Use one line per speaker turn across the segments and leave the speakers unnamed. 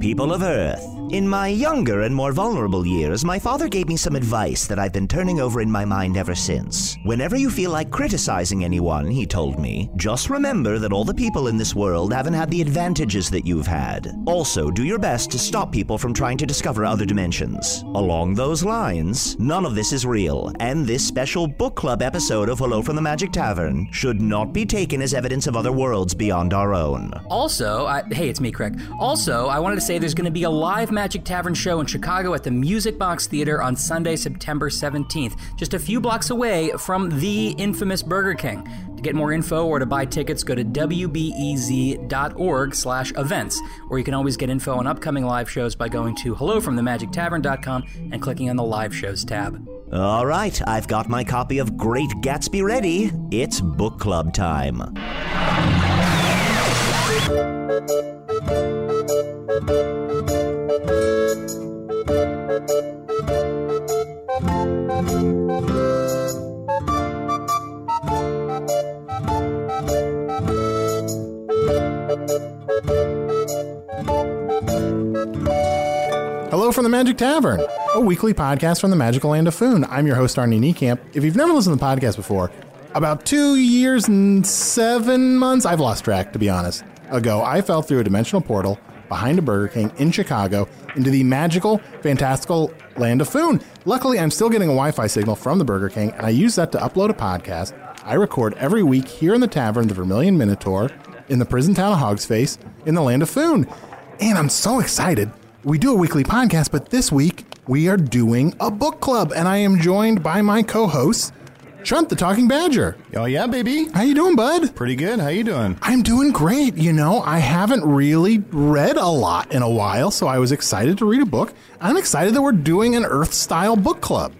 People of Earth, in my younger and more vulnerable years, my father gave me some advice that I've been turning over in my mind ever since. Whenever you feel like criticizing anyone, he told me, just remember that all the people in this world haven't had the advantages that you've had. Also, do your best to stop people from trying to discover other dimensions. Along those lines, none of this is real, and this special book club episode of Hello from the Magic Tavern should not be taken as evidence of other worlds beyond our own.
Also, I, hey, it's me, Craig. Also, I wanted to say there's going to be a live Magic Tavern show in Chicago at the Music Box Theater on Sunday, September 17th, just a few blocks away from the infamous Burger King. To get more info or to buy tickets, go to E wbez.org/events, or you can always get info on upcoming live shows by going to hellofromthemagictavern.com and clicking on the live shows tab.
All right, I've got my copy of Great Gatsby ready. It's book club time.
Hello from the Magic Tavern, a weekly podcast from the magical land of Foon. I'm your host, Arnie Niekamp. If you've never listened to the podcast before, about two years and seven months, I've lost track, to be honest, ago, I fell through a dimensional portal behind a Burger King in Chicago into the magical, fantastical land of Foon. Luckily, I'm still getting a Wi Fi signal from the Burger King, and I use that to upload a podcast I record every week here in the tavern, the Vermilion Minotaur, in the prison town of Hogsface, in the land of Foon. And I'm so excited. We do a weekly podcast, but this week we are doing a book club, and I am joined by my co-host, Chunt the Talking Badger.
Oh yeah, baby.
How you doing, bud?
Pretty good. How you doing?
I'm doing great. You know, I haven't really read a lot in a while, so I was excited to read a book. I'm excited that we're doing an Earth style book club.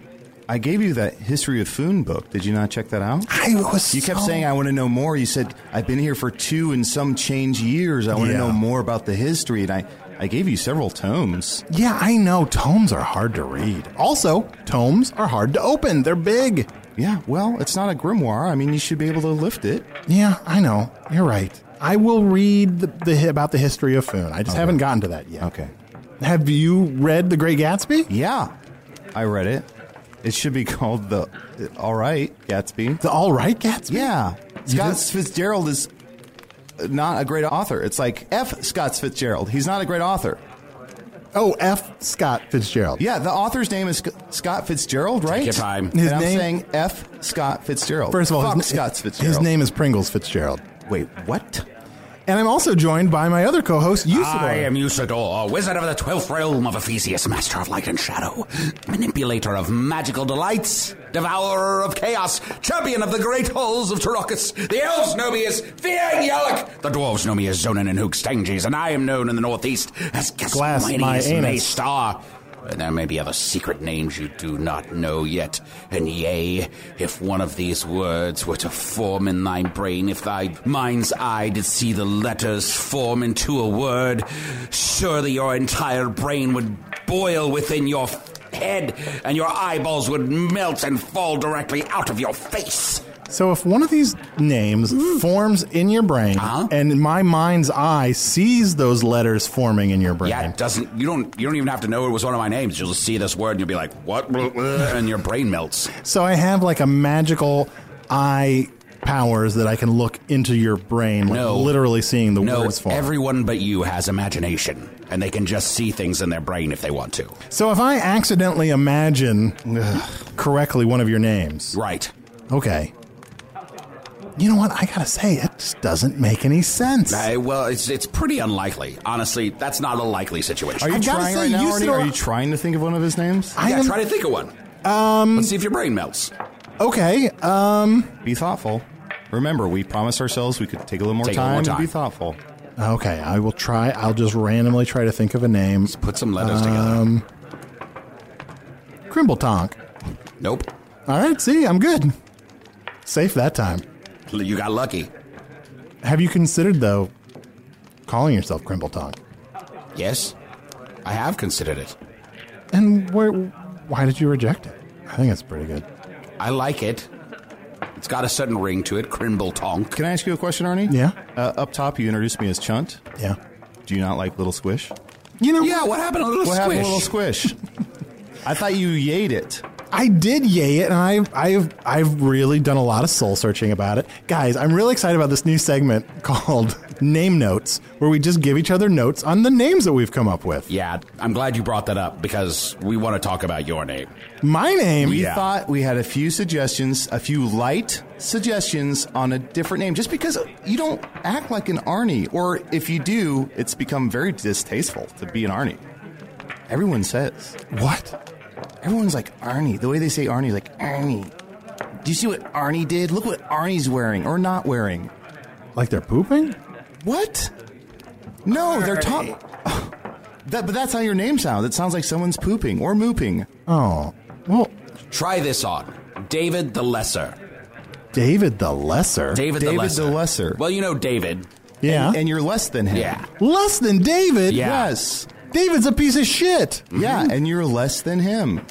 I gave you that History of Foon book. Did you not check that out?
I was
You kept
so-
saying I want to know more. You said I've been here for two and some change years. I want
Yeah.
to know more about the history, and I I gave you several tomes.
Yeah, I know. Tomes are hard to read. Also, tomes are hard to open. They're big.
Yeah. Well, it's not a grimoire. I mean, you should be able to lift it.
Yeah, I know. You're right. I will read the, the hi- about the history of Foon. I just haven't gotten to that yet.
Okay.
Have you read The Great Gatsby?
Yeah. I read it. It should be called the All Right Gatsby.
The All Right Gatsby?
Yeah.
You
Scott
just-
Fitzgerald is not a great author. It's like F. Scott Fitzgerald. He's not a great author.
Oh, F. Scott Fitzgerald.
Yeah, the author's name is Sc- Scott Fitzgerald, right?
your time.
And
His
I'm
name-
saying F. Scott Fitzgerald.
First of all,
Oh, Fuck
his,
Scott Fitzgerald.
his name is Pringles Fitzgerald.
Wait, what?
And I'm also joined by my other co-host, Usador.
I am Usador, wizard of the twelfth realm of Ephesius, master of light and shadow, manipulator of magical delights, devourer of chaos, champion of the great halls of Turocus. The elves know me as Fiang Yalak. The dwarves know me as Zonin and Hookstanges, and I am known in the northeast as
Glass, my
Gasmanius
anus.
Maystar.
and there may be other secret names you do not know yet. And yea, if one of these words were to form in thy brain, if thy mind's eye did see the letters form into a word, surely your entire brain would boil within your head, and your eyeballs would melt and fall directly out of your face.
So if one of these names
Mm.
forms in your brain
Uh-huh.
and my mind's eye sees those letters forming in your brain.
Yeah, it doesn't you don't you don't even have to know it was one of my names. You'll just see this word and you'll be like, what? And your brain melts.
So I have like a magical eye powers that I can look into your brain, like
No.
literally seeing the
No,
words form.
everyone but you has imagination, and they can just see things in their brain if they want to.
so if I accidentally imagine correctly one of your names,
Right.
okay. You know what? I gotta say, it just doesn't make any sense.
Uh, well, it's it's pretty unlikely. Honestly, that's not a likely situation.
Are you
I've gotta
trying
say,
right now,
you
Arnie?
sit
Are
around-
you trying to think of one of his names?
I
yeah,
am-
try to think of one. Um, Let's see if your brain melts.
okay, um,
Be thoughtful. Remember, we promised ourselves we could take a little more,
Take a
time,
little more
and be
time.
thoughtful.
okay. I will try. I'll just randomly try to think of a name. Um,
Put some letters together.
Crimbletonk.
Nope.
All right, see, I'm good. Safe that time.
You got lucky.
Have you considered though calling yourself Crimbletonk?
Yes, I have considered it.
And where? Why did you reject it? I think that's pretty good.
I like it. It's got a certain ring to it. Crimble tonk.
Can I ask you a question, Arnie?
Yeah.
Uh, up top, you introduced me as Chunt.
Yeah.
Do you not like Little Squish?
You know,
Yeah, what happened to little
What
squish?
happened to Little Squish? I thought you yayed it.
I did yay it, and I, I've, I've really done a lot of soul searching about it, guys. I'm really excited about this new segment called Name Notes, where we just give each other notes on the names that we've come up with.
yeah, I'm glad you brought that up because we want to talk about your name.
My name,
We thought we had a few suggestions, a few light suggestions on a different name, just because you don't act like an Arnie, or if you do, it's become very distasteful to be an Arnie. Everyone says,
what?
everyone's like Arnie. The way they say Arnie, like Arnie. Do you see what Arnie did? Look what Arnie's wearing or not wearing.
Like they're pooping?
What? No, they're talking. That, but that's how your name sounds. It sounds like someone's pooping or mooping.
Oh, well,
Try this on. David the Lesser.
David the Lesser.
David,
David
the Lesser.
the Lesser.
Well, you know David.
yeah,
And you're less than him.
Yeah.
less than David.
Yeah.
Yes.
David's a piece of shit. Oh.
Yeah, Mm-hmm. and you're less than him.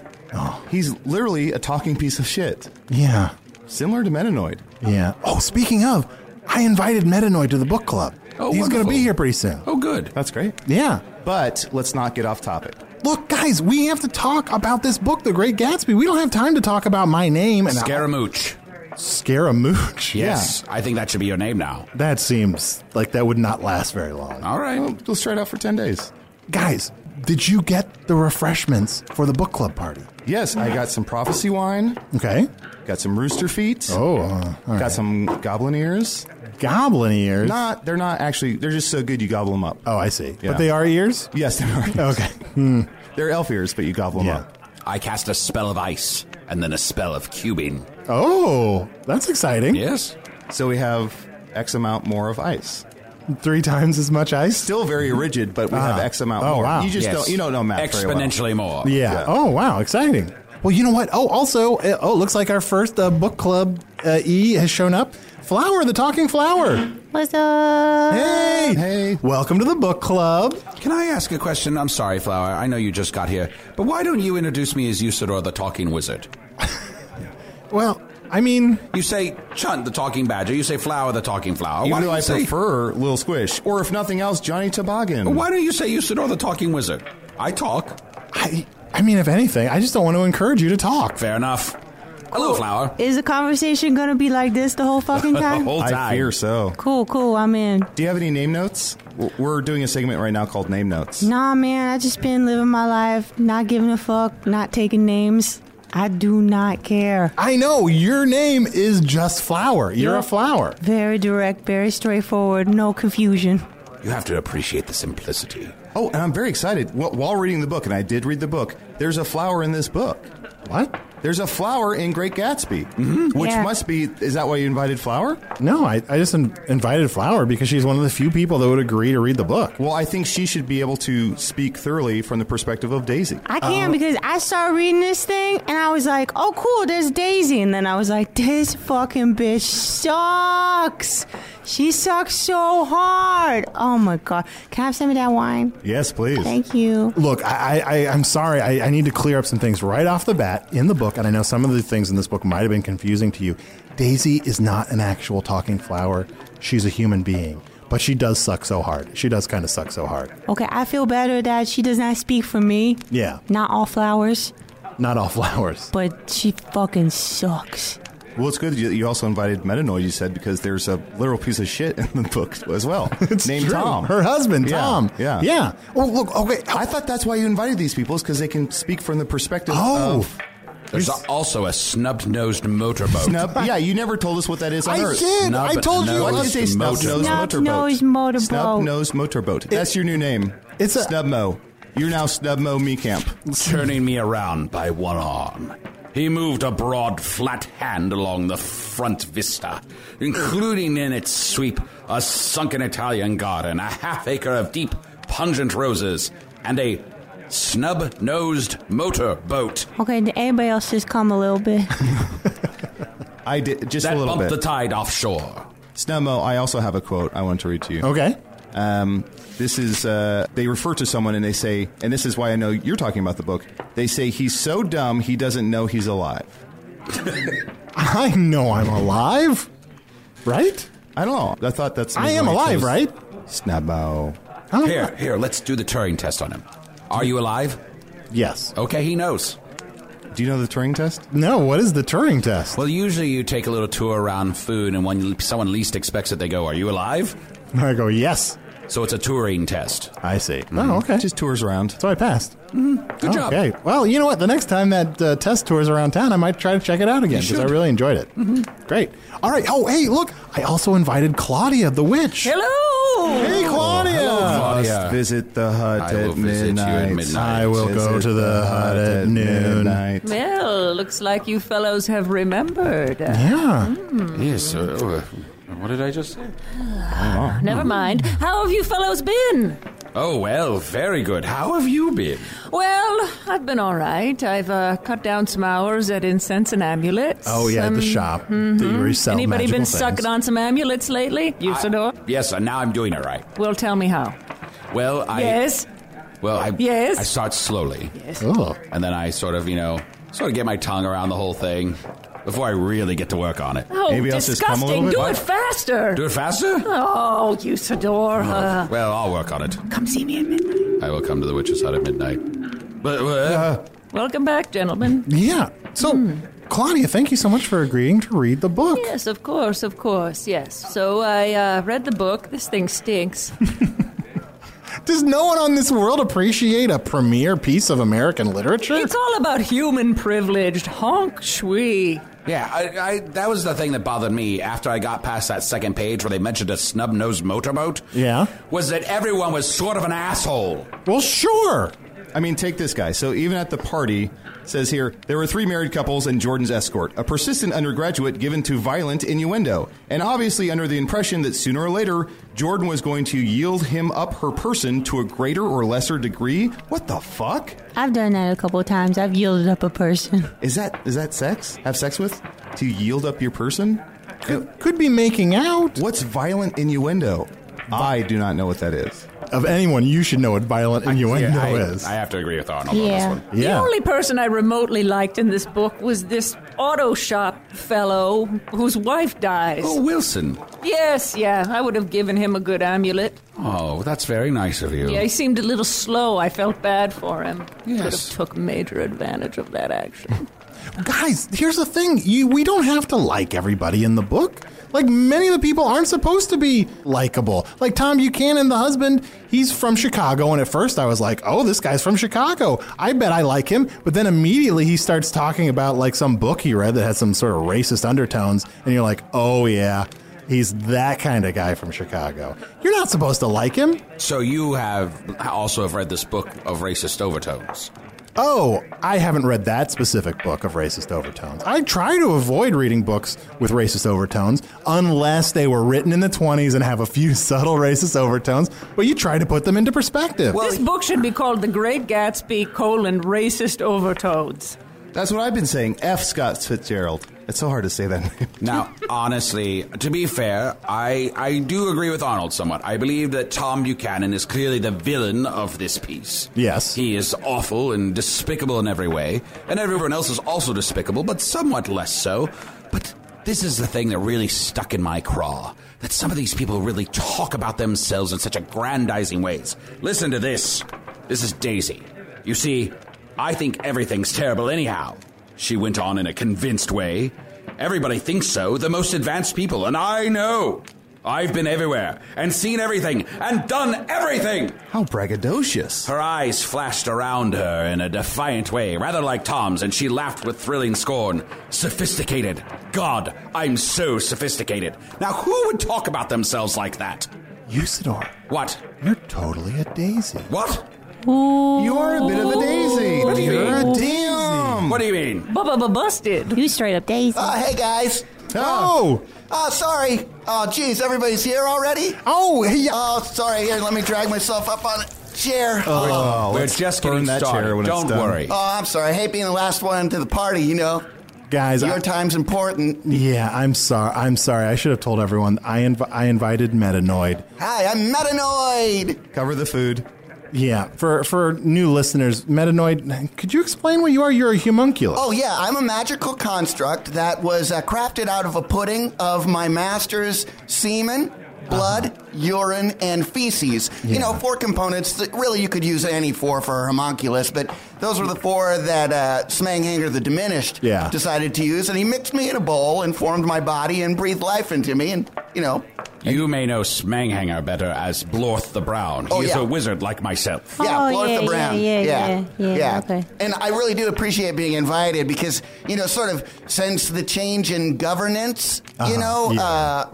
He's literally a talking piece of shit,
Yeah,
similar to Metanoid.
yeah. Oh, speaking of, I invited Metanoid to the book club.
Oh,
He's going to
wonderful.
be here pretty soon.
Oh, good.
That's great.
Yeah.
But let's not get off topic.
Look, guys, we have to talk about this book, The Great Gatsby. We don't have time to talk about my name and
Scaramouche.
Scaramouche.
Yes, I think that should be your name now.
Yeah. That seems like that would not last very long.
All right.
Well, let's try it out for 10 days.
Guys, did you get the refreshments for the book club party?
Yes, I got some prophecy wine,
Okay.
got some rooster feet,
Oh, uh, all right.
got some goblin ears.
goblin ears.
Not, they're not actually, they're just so good you gobble them up.
oh, I see.
Yeah.
But they are ears?
Yes, they are. Hmm.
Okay.
They're elf ears, but you gobble them
Yeah.
up.
I cast a spell of ice and then a spell of cubing.
Oh, that's exciting.
Yes.
So we have X amount more of ice.
Three times as much ice?
Still very
Mm-hmm.
rigid, but we have
Ah.
X amount
Oh,
more.
wow.
You just
yes.
don't, you don't know math very well.
Exponentially more.
Yeah.
Yeah.
Oh wow, exciting. Well, you know what? Oh, also, uh, oh, it looks like our first uh, book club uh, E has shown up. Flower, the talking flower.
What's up?
Hey,
Hey.
Welcome to the book club.
Can I ask a question? I'm sorry, Flower. I know you just got here, but why don't you introduce me as Usador the Talking Wizard?
Well, I mean,
You say Chunt the Talking Badger. You say Flower the Talking Flower. why
Even though
don't
I
you say,
prefer Lil Squish, or if nothing else, Johnny Toboggan.
Why don't you say Usador the Talking Wizard? I talk.
I, I mean, if anything, I just don't want to encourage you to talk.
Fair enough. Hello, Flower.
Is the conversation gonna be like this the whole fucking
the
time?
whole time.
I fear so.
cool, cool. I'm in.
Do you have any name notes? W- We're doing a segment right now called Name Notes.
Nah, man. I just been living my life, not giving a fuck, not taking names. I do not care.
I know your name is just Flower. You're a
Yep.
flower.
Very direct, very straightforward, no confusion.
You have to appreciate the simplicity.
Oh, and I'm very excited. Wh- While reading the book, and I did read the book, there's a flower in this book.
What?
There's a flower in Great Gatsby, which
Yeah.
must be. Is that why you invited Flower?
No, I, I just in- invited Flower because she's one of the few people that would agree to read the book.
Well, I think she should be able to speak thoroughly from the perspective of Daisy. Um,
I can because I started reading this thing and I was like, oh, cool, there's Daisy. And then I was like, this fucking bitch sucks. She sucks so hard. Oh my God. Can I have some of that wine?
Yes, please.
Thank you.
Look, I, I, I- I'm sorry. I, I need to clear up some things right off the bat in the book, and I know some of the things in this book might have been confusing to you. Daisy is not an actual talking flower. She's a human being, but she does suck so hard. She does kind of suck so hard.
Okay, I feel better that she does not speak for me.
Yeah,
Not all flowers,
not all flowers.
but she fucking sucks.
Well, it's good that you you also invited Metanoid, you said, because there's a literal piece of shit in the book as well.
It's
named
true.
Tom.
Her husband,
Yeah,
Tom.
yeah.
Yeah. Oh, look, okay.
I thought that's why you invited these people, is because they can speak from the perspective
Oh.
of.
There's a- also a snub-nosed motorboat.
Snub. Yeah, you never told us what that is on
I
Earth.
did.
No,
I
but
told you.
no,
Why did
it's
you say snub
motorboat.
nosed motorboat?
Snub-nosed motorboat.
Snub nosed motorboat. That's your new name.
it's a-
Snub Mo. You're now Snub Mo Me Camp.
turning me around by one arm. He moved a broad, flat hand along the front vista, including in its sweep a sunken Italian garden, a half acre of deep, pungent roses, and a snub nosed motor boat
Okay, did anybody else just come a little bit?
I did just
that
a little
bumped
bit.
the tide offshore.
Snub Mo, I also have a quote I want to read to you.
Okay.
Um, this is uh, they refer to someone and they say, and this is why I know you're talking about the book. They say he's so dumb he doesn't know he's alive.
I know I'm alive, right?
I don't know. I thought that's.
I am alive, right?
Snubbo.
Huh?
Here, here, let's do the Turing test on him. Are you alive?
Yes.
Okay, he knows.
Do you know the Turing test?
No, what is the Turing test?
Well, usually you take a little tour around food, and when someone least expects it, they go, Are you alive?
I go, yes.
So it's a Turing test.
I see. Oh, okay.
Just tours around.
So I passed.
Good job.
Okay. Well, you know what? The next time that uh, test tour's around town, I might try to check it out again because I really enjoyed it. Great. All right. Oh, hey, look. I also invited Claudia the witch.
Hello!
Hey, Claudia.
Claudia.
Visit the
I
hut
will
at
visit you
midnight.
at midnight.
I will go
Visit
to the hut at noon.
midnight.
Well, looks like you fellows have remembered. Hmm.
Yeah.
Yes. Uh, uh, what did I just say?
Oh.
Never mind. How have you fellows been?
Oh, well, very good. How have you been?
Well, I've been all right. I've uh, cut down some hours at incense and amulets.
Oh, yeah, the
Um,
shop that you resell
Anybody
magical
been
things.
sucking on some amulets lately? You, Sador?
Yes, and now I'm doing it right.
Well, tell me how.
Well, I.
yes.
Well, I.
Yes?
I start slowly,
Oh.
and then I sort of, you know, sort of get my tongue around the whole thing before I really get to work on it.
Oh,
Maybe I'll just come a
disgusting.
little bit.
Do
What?
it faster.
Do it faster?
Oh, you Sador. Uh,
Well, I'll work on it.
come see me at midnight.
I will come to the witch's hut at midnight. But uh,
Welcome back, gentlemen. Hmm.
Yeah. So, Claudia, thank you so much for agreeing to read the book.
Yes, of course, of course, yes. So I uh, read the book. This thing stinks.
Does no one on this world appreciate a premier piece of American literature?
It's all about human privileged honk shui.
yeah, I, I, that was the thing that bothered me after I got past that second page where they mentioned a snub-nosed motorboat.
Yeah.
was that everyone was sort of an asshole.
well, sure.
I mean, take this guy. So even at the party, it says here there were three married couples and Jordan's escort, a persistent undergraduate given to violent innuendo, and obviously under the impression that sooner or later Jordan was going to yield him up her person to a greater or lesser degree. What the fuck
I've done that a couple of times. I've yielded up a person.
is that? Is that sex? Have sex with? To yield up your person?
Could, could be making out. Uh,
What's violent innuendo? I do not know what that is.
of anyone, you should know what violent innuendo
I,
is.
I have to agree with Arnold on this
Yeah.
one.
yeah.
The only person I remotely liked in this book was this auto shop fellow whose wife dies.
Oh, Wilson.
Yes, yeah, I would have given him a good amulet.
Oh, that's very nice of you.
Yeah, he seemed a little slow. I felt bad for him. Could
Yes.
have took major advantage of that action.
Guys, here's the thing: you, we don't have to like everybody in the book. Like many of the people aren't supposed to be likable. Like Tom Buchanan, the husband, he's from Chicago, and at first I was like, "Oh, this guy's from Chicago. I bet I like him." But then immediately he starts talking about like some book he read that had some sort of racist undertones, and you're like, "Oh yeah." He's that kind of guy from Chicago. You're not supposed to like him.
So you have also have read this book of racist overtones.
Oh, I haven't read that specific book of racist overtones. I try to avoid reading books with racist overtones unless they were written in the 20s and have a few subtle racist overtones, but you try to put them into perspective.
this book should be called The Great Gatsby, colon, Racist Overtones.
That's what I've been saying. F. Scott Fitzgerald. It's so hard to say that name.
Now, honestly, to be fair, I, I do agree with Arnold somewhat. I believe that Tom Buchanan is clearly the villain of this piece.
Yes.
He is awful and despicable in every way, and everyone else is also despicable, but somewhat less so. But this is the thing that really stuck in my craw that some of these people really talk about themselves in such aggrandizing ways. Listen to this. This is Daisy. You see, I think everything's terrible anyhow, she went on in a convinced way. Everybody thinks so, the most advanced people, and I know. I've been everywhere and seen everything and done everything.
How braggadocious.
Her eyes flashed around her in a defiant way, rather like Tom's, and she laughed with thrilling scorn. Sophisticated. God, I'm so sophisticated. Now, who would talk about themselves like that?
Usador,
What?
you're totally a daisy.
What?
You're a bit of a daisy.
What do you
You're a
mean?
damn.
What do you mean?
Busted.
You straight up Daisy.
Uh, hey guys.
Oh!
Oh, sorry. Oh, jeez, everybody's here already?
Oh, hey, yeah.
Oh, sorry. Here, let me drag myself up on a chair. Oh,
We're
let's
just
burn
getting
that chair
started.
when it's
Don't
done.
worry.
I'm sorry. I hate being the last one to the party, you know.
guys. I-
Your time's important.
yeah, I'm sorry. I'm sorry. I should have told everyone. I, inv- I invited Metanoid.
Hi, I'm Metanoid.
Cover the food.
Yeah, for for new listeners, Metanoid, could you explain what you are? You're a homunculus.
Oh, yeah, I'm a magical construct that was uh, crafted out of a pudding of my master's semen, blood, urine, and feces. You know, four components that really you could use any four for a homunculus, but those were the four that uh, Smanghanger the Diminished
Uh-huh.
Yeah.
decided to use. And he mixed me in a bowl and formed my body and breathed life into me. And, you know,
You may know Smanghanger better as Blorth the Brown.
Oh,
he is
yeah.
a wizard like myself.
Yeah,
Oh,
Florence
yeah,
the Brown.
yeah, yeah, yeah, yeah, okay.
And I really do appreciate being invited because, you know, sort of since the change in governance, you know,
Uh-huh. yeah.
uh,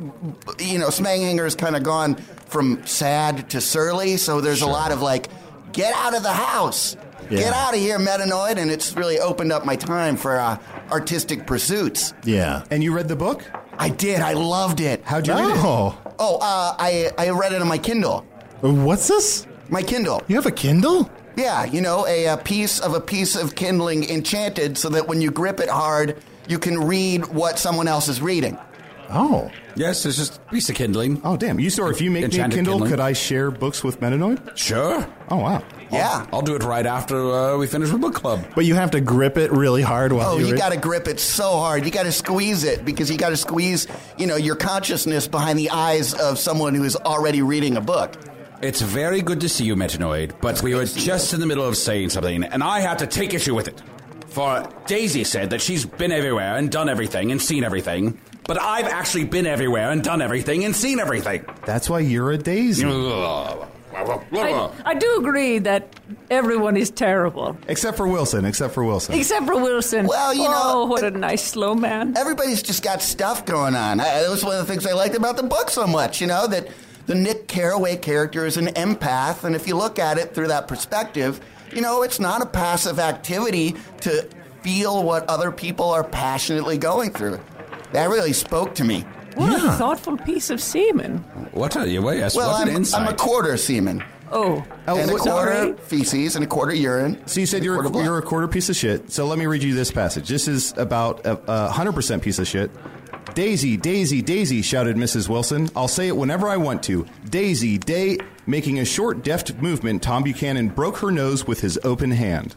you know, Smanghanger has kind of gone from sad to surly. So there's a lot of like, get out of the house.
Yeah.
Get out of here, Metanoid. And it's really opened up my time for uh, artistic pursuits.
Yeah.
And you read the book?
I did. I loved it.
How'd you read it?
Oh,
Oh, uh, I, I read it on my Kindle.
what's this?
My Kindle.
You have a Kindle?
Yeah, you know, a, uh piece of a piece of kindling enchanted so that when you grip it hard, you can read what someone else is reading.
Oh,
Yes, it's just a piece of kindling.
Oh, damn. You saw if you make me a
Enchanted
Kindle,
kindling.
could I share books with Metanoid?
Sure.
Oh, wow.
Yeah.
I'll do it right after uh, we finish with book club.
but you have to grip it really hard while
Oh,
you,
you
read-
got to grip it so hard. You got to squeeze it because you got to squeeze, you know, your consciousness behind the eyes of someone who is already reading a book.
It's very good to see you, Metanoid, but we were just in the middle of saying something, and I had to take issue with it. For Daisy said that she's been everywhere and done everything and seen everything, but I've actually been everywhere and done everything and seen everything.
That's why you're a daisy.
uh,
I, I do agree that everyone is terrible.
Except for Wilson. Except for Wilson.
Except for Wilson.
Well, you know-
Oh, what a nice slow man.
Everybody's just got stuff going on. I, that was one of the things I liked about the book so much, you know, that the Nick Carraway character is an empath, and if you look at it through that perspective, you know, it's not a passive activity to feel what other people are passionately going through. That really spoke to me.
What a thoughtful piece of semen.
What are you? Well, yes,
Well,
what an
I'm,
insight.
I'm a quarter semen.
Oh.
and a
what-
quarter
sorry.
feces and a quarter urine.
So you said you're
Quarter
a,
blood.
you're a quarter piece of shit. So let me read you this passage. This is about a, a hundred percent piece of shit. Daisy, Daisy, Daisy! shouted Mrs. Wilson. I'll say it whenever I want to. Daisy, day. Making a short, deft movement, Tom Buchanan broke her nose with his open hand.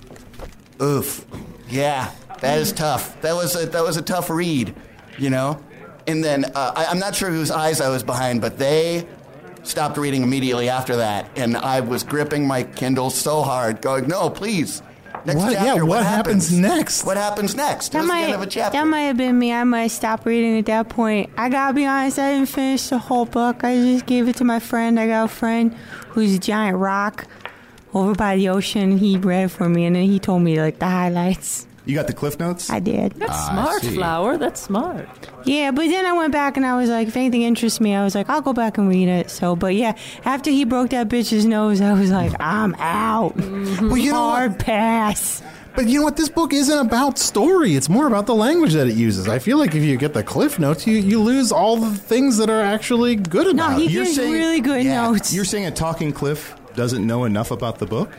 Oof. Yeah, that is tough. That was a, that was a tough read, you know. And then uh, I, I'm not sure whose eyes I was behind, but they stopped reading immediately after that, and I was gripping my Kindle so hard, going, "No, please." Next
What- yeah,
Chapter,
what happens next?
What happens next? That
That
was the
might,
end of a chapter.
that might have been me. I might stop reading at that point. I gotta be honest, I didn't finish the whole book. I just gave it to my friend. I got a friend who's a giant rock over by the ocean. He read it for me and then he told me like the highlights.
You got the cliff notes?
I did.
That's
Ah,
smart,
see.
Flower. That's smart.
Yeah, but then I went back and I was like, if anything interests me, I was like, I'll go back and read it. So, but yeah, after he broke that bitch's nose, I was like, I'm out.
well, you know what?
Hard pass.
But you know what? This book isn't about story. It's more about the language that it uses. I feel like if you get the cliff notes, you, you lose all the things that are actually good about it.
good
notes. You're saying a talking cliff doesn't know enough about the book?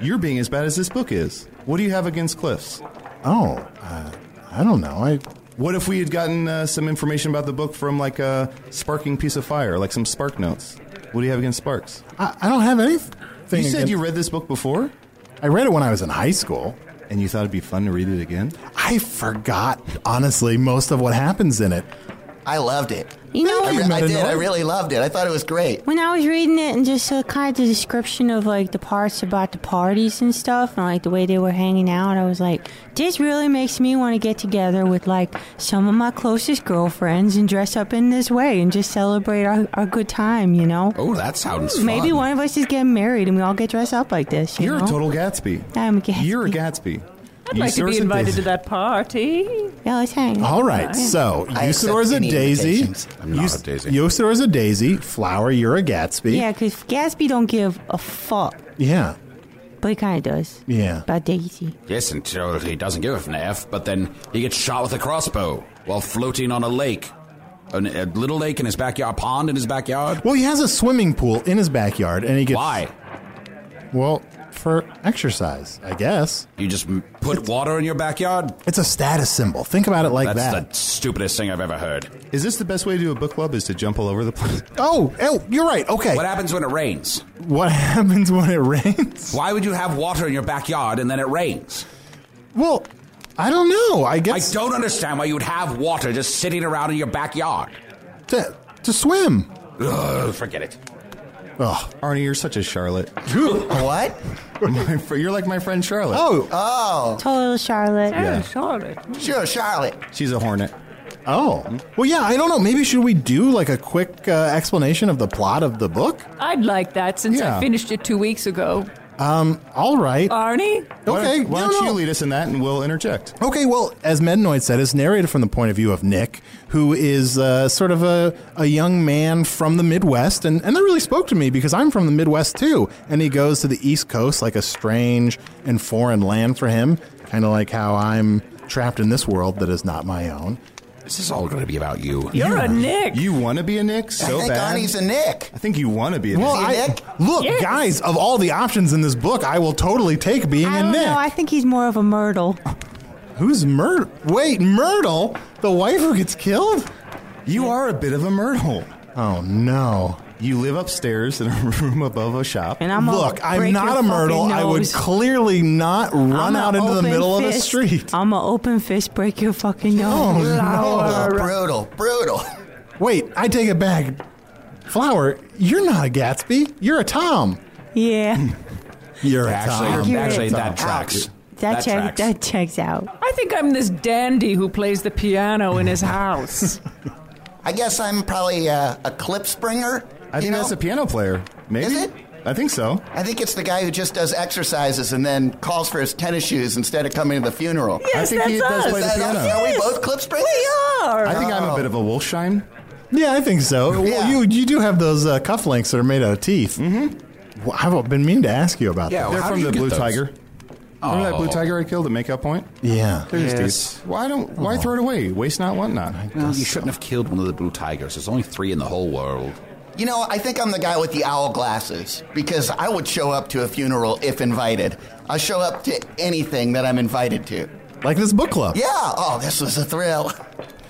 You're being as bad as this book is. What do you have against cliffs?
Oh, uh, I don't know. I.
What if we had gotten uh, some information about the book from like a sparking piece of fire, like some spark notes? What do you have against sparks?
I, I don't have anything.
You said
against-
you read this book before?
I read it when I was in high school.
And you thought it'd be fun to read it again?
I forgot, honestly, most of what happens in it.
I loved it.
You know,
I,
You
re- I
met
did.
an
I
orc?
really loved it. I thought it was great.
when I was reading it and just uh, kind of the description of like the parts about the parties and stuff and like the way they were hanging out, I was like, this really makes me want to get together with like some of my closest girlfriends and dress up in this way and just celebrate our, our good time, you know?
Oh, that sounds fun.
Maybe one of us is getting married and we all get dressed up like this. You
You're
know?
a total Gatsby.
I'm a Gatsby.
You're a Gatsby.
I'd like to be invited to that party.
Yeah, let's hang.
All right, so
I accept
Usador's a
any
daisy.
invitations.
I'm not a daisy.
Usador's a daisy. Flower, you're a Gatsby.
Yeah, because Gatsby don't give a fuck,
Yeah.
but he kind of does.
Yeah.
About Daisy.
Yes, until he doesn't give an F, but then he gets shot with a crossbow while floating on a lake. An, a little lake in his backyard, pond in his backyard.
Well, he has a swimming pool in his backyard, and he gets
Why?
well for exercise, I guess.
You just m- put water in your backyard?
It's a status symbol. Think about it like
That's
that.
the stupidest thing I've ever heard.
Is this the best way to do a book club? Is to jump all over the place?
Oh, oh, you're right. Okay,
What happens when it rains?
what happens when it rains?
Why would you have water in your backyard and then it rains?
Well, I don't know. I
I
guess
don't understand why you would have water just sitting around in your backyard.
to, to swim.
Ugh, forget it.
Oh,
Arnie, you're such a Charlotte.
What?
My fr- you're like my friend Charlotte.
oh,
Oh,
Total Charlotte.
Yeah, Charlotte.
sure, Charlotte.
She's a hornet.
oh. Well, yeah. I don't know. Maybe should we do like a quick uh, explanation of the plot of the book?
I'd like that since
Yeah.
I finished it two weeks ago.
Um, All right.
Arnie?
okay.
Why
no,
don't
no.
you lead us in that and we'll interject?
Okay, well, as Mednoid said, it's narrated from the point of view of Nick, who is uh, sort of a, a young man from the Midwest. And, and that really spoke to me because I'm from the Midwest too. And he goes to the East Coast like a strange and foreign land for him, kind of like how I'm trapped in this world that is not my own.
This is all going to be about you.
You're a Nick.
You want to be a Nick so
I think
bad.
Arnie's a Nick.
I think you want to be a
Well,
Nick.
he
I,
Nick?
look,
Yes.
guys, of all the options in this book, I will totally take being
I
a
don't
Nick.
know. I think he's more of a Myrtle.
Who's Myrtle? Wait, Myrtle? The wife who gets killed?
you are a bit of a Myrtle.
Oh, no.
You live upstairs in a room above a shop.
And I'm a
Look, I'm
break
not
your
a Myrtle.
fucking
I would
nose.
clearly not run
I'm a
out into the
open
middle of a
fist.
street.
I'm an open fist. Break your fucking
Oh,
nose.
Oh,
no.
brutal, brutal.
Wait, I take it back. Flower, you're not a Gatsby. You're a Tom.
Yeah,
You're a
Actually,
Tom.
You're
actually
a
that tracks.
that check
tracks.
that checks out.
I think I'm this dandy who plays the piano in his house.
I guess I'm probably uh, a clip springer.
I
you
think
know?
that's a piano player. Maybe.
Is it?
I think so.
I think it's the guy who just does exercises and then calls for his tennis shoes instead of coming to the funeral.
I
Yes,
think he
that's
does
us.
play the
Is that
piano.
us? Are we both clip springers?
Sure.
I think I'm a bit of a Wolfsheim.
Yeah, I think so. Well,
Yeah.
you you do have those uh, cufflinks that are made out of teeth. Mm-hmm. Well, I've been meaning to ask you about
Yeah,
that.
They're
how do
from
you
the
get
Blue
those?
Tiger. Remember that Blue Tiger I killed at Makeout Point?
Yeah.
They're just teeth. Why don't? Why throw it away? Waste not, want not.
Well, you shouldn't have killed one of the blue tigers. There's only three in the whole world.
You know, I think I'm the guy with the owl glasses because I would show up to a funeral if invited. I'll show up to anything that I'm invited to.
Like this book club.
Yeah, oh, this was a thrill.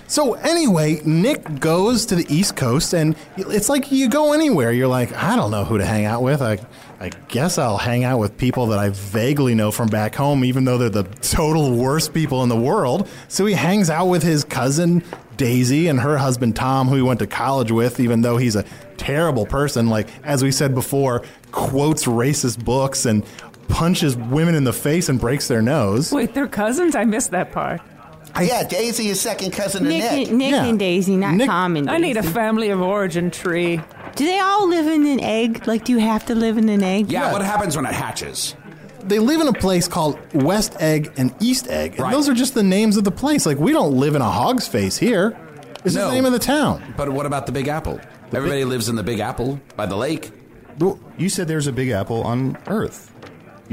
So anyway, Nick goes to the East Coast, and it's like you go anywhere. You're like, I don't know who to hang out with. I, I guess I'll hang out with people that I vaguely know from back home, even though they're the total worst people in the world. So he hangs out with his cousin Daisy and her husband Tom, who he went to college with, even though he's a terrible person. Like as we said before, quotes racist books and punches women in the face and breaks their nose.
Wait, they're cousins? I missed that part.
yeah, Daisy is second cousin
Nick,
to Nick.
and, Nick
Yeah.
and Daisy, not
Nick-
Tom and.
I need a
Daisy.
family of origin tree.
Do they all live in an egg? Like, do you have to live in an egg?
Yeah, what happens when it hatches?
they live in a place called West Egg and East Egg. And
Right.
those are just the names of the place. Like, we don't live in a hog's face here. It's
No.
the name of the town.
But what about the Big Apple? Everybody lives in the Big Apple by the lake.
You said there's a Big Apple on Earth.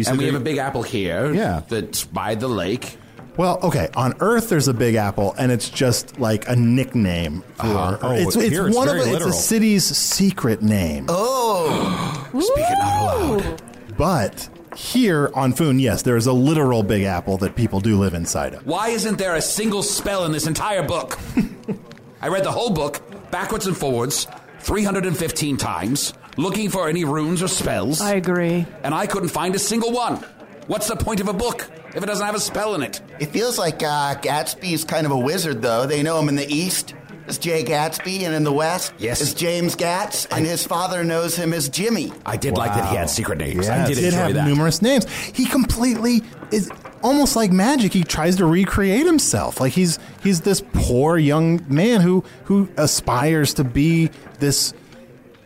and we have a big apple here.
Yeah.
That's by the lake.
Well, okay. On Earth, there's a Big Apple, and it's just like a nickname for.
Uh-huh. Oh,
it's
here
it's
it's
one
very
of the- it's
literal.
a city's secret name.
Oh.
Speak it not aloud. But here on Foon, yes, there is a literal Big Apple that people do live inside of.
Why isn't there a single spell in this entire book? I read the whole book, backwards and forwards, 315 times, looking for any runes or spells.
I agree.
and I couldn't find a single one. What's the point of a book if it doesn't have a spell in it?
It feels like uh, Gatsby's kind of a wizard, though. They know him in the East as Jay Gatsby, and in the West yes. is James Gats, and his father knows him as Jimmy.
I did like that he had secret names.
Yeah,
I did,
it did
enjoy
have
that.
numerous names. He completely is almost like magic. He tries to recreate himself. Like he's he's this poor young man who who aspires to be this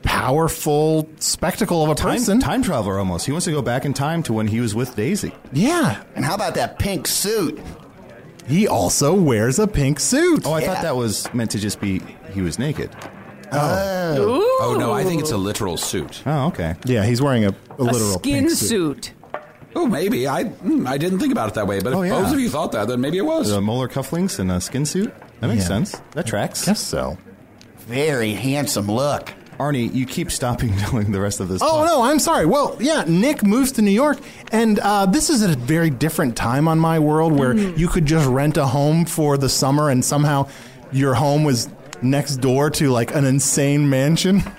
powerful spectacle of a person.
Time, time traveler almost. He wants to go back in time to when he was with Daisy.
Yeah.
And how about that pink suit?
He also wears a pink suit.
Oh, I thought that was meant to just be he was naked.
Oh no, I think it's a literal suit.
Oh, okay.
Yeah, he's wearing a, a
A
literal
skin
pink
suit.
suit.
Oh, maybe I hmm, I didn't think about it that way, but if
Oh, yeah.
both of you thought that, then maybe it was.
Um,
The molar cufflinks and a skin suit. That makes
Yeah.
sense. That tracks.
Guess so.
Very handsome look.
Arnie, you keep stopping telling the rest of this.
Oh
plot.
no, I'm sorry. Well, yeah, Nick moves to New York, and uh, this is at a very different time on my world where
Mm-hmm.
you could just rent a home for the summer, and somehow your home was next door to like an insane mansion.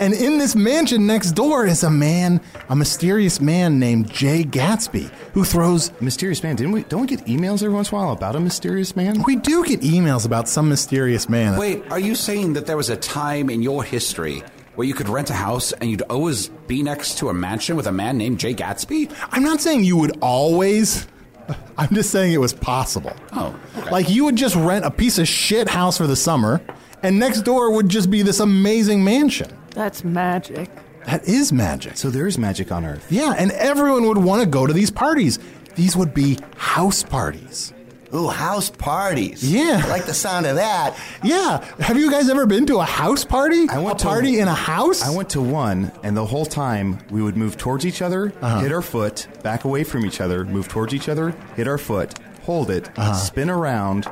And in this mansion next door is a man, a mysterious man named Jay Gatsby, who throws.
Mysterious man, didn't we? Don't we get emails every once in a while about a mysterious man?
We do get emails about some mysterious man.
Wait, are you saying that there was a time in your history where you could rent a house and you'd always be next to a mansion with a man named Jay Gatsby?
I'm not saying you would always. I'm just saying it was possible.
Oh, okay.
Like you would just rent a piece of shit house for the summer, and next door would just be this amazing mansion.
That's magic.
That is magic.
So there is magic on Earth.
Yeah, and everyone would want to go to these parties. These would be house parties.
Ooh, house parties.
Yeah.
I like the sound of that.
Yeah, have you guys ever been to a house party?
I went
a
to-
party in a house.
I went to one, and the whole time we would move towards each other,
Uh-huh.
hit our foot, back away from each other, move towards each other, hit our foot, hold it, spin around,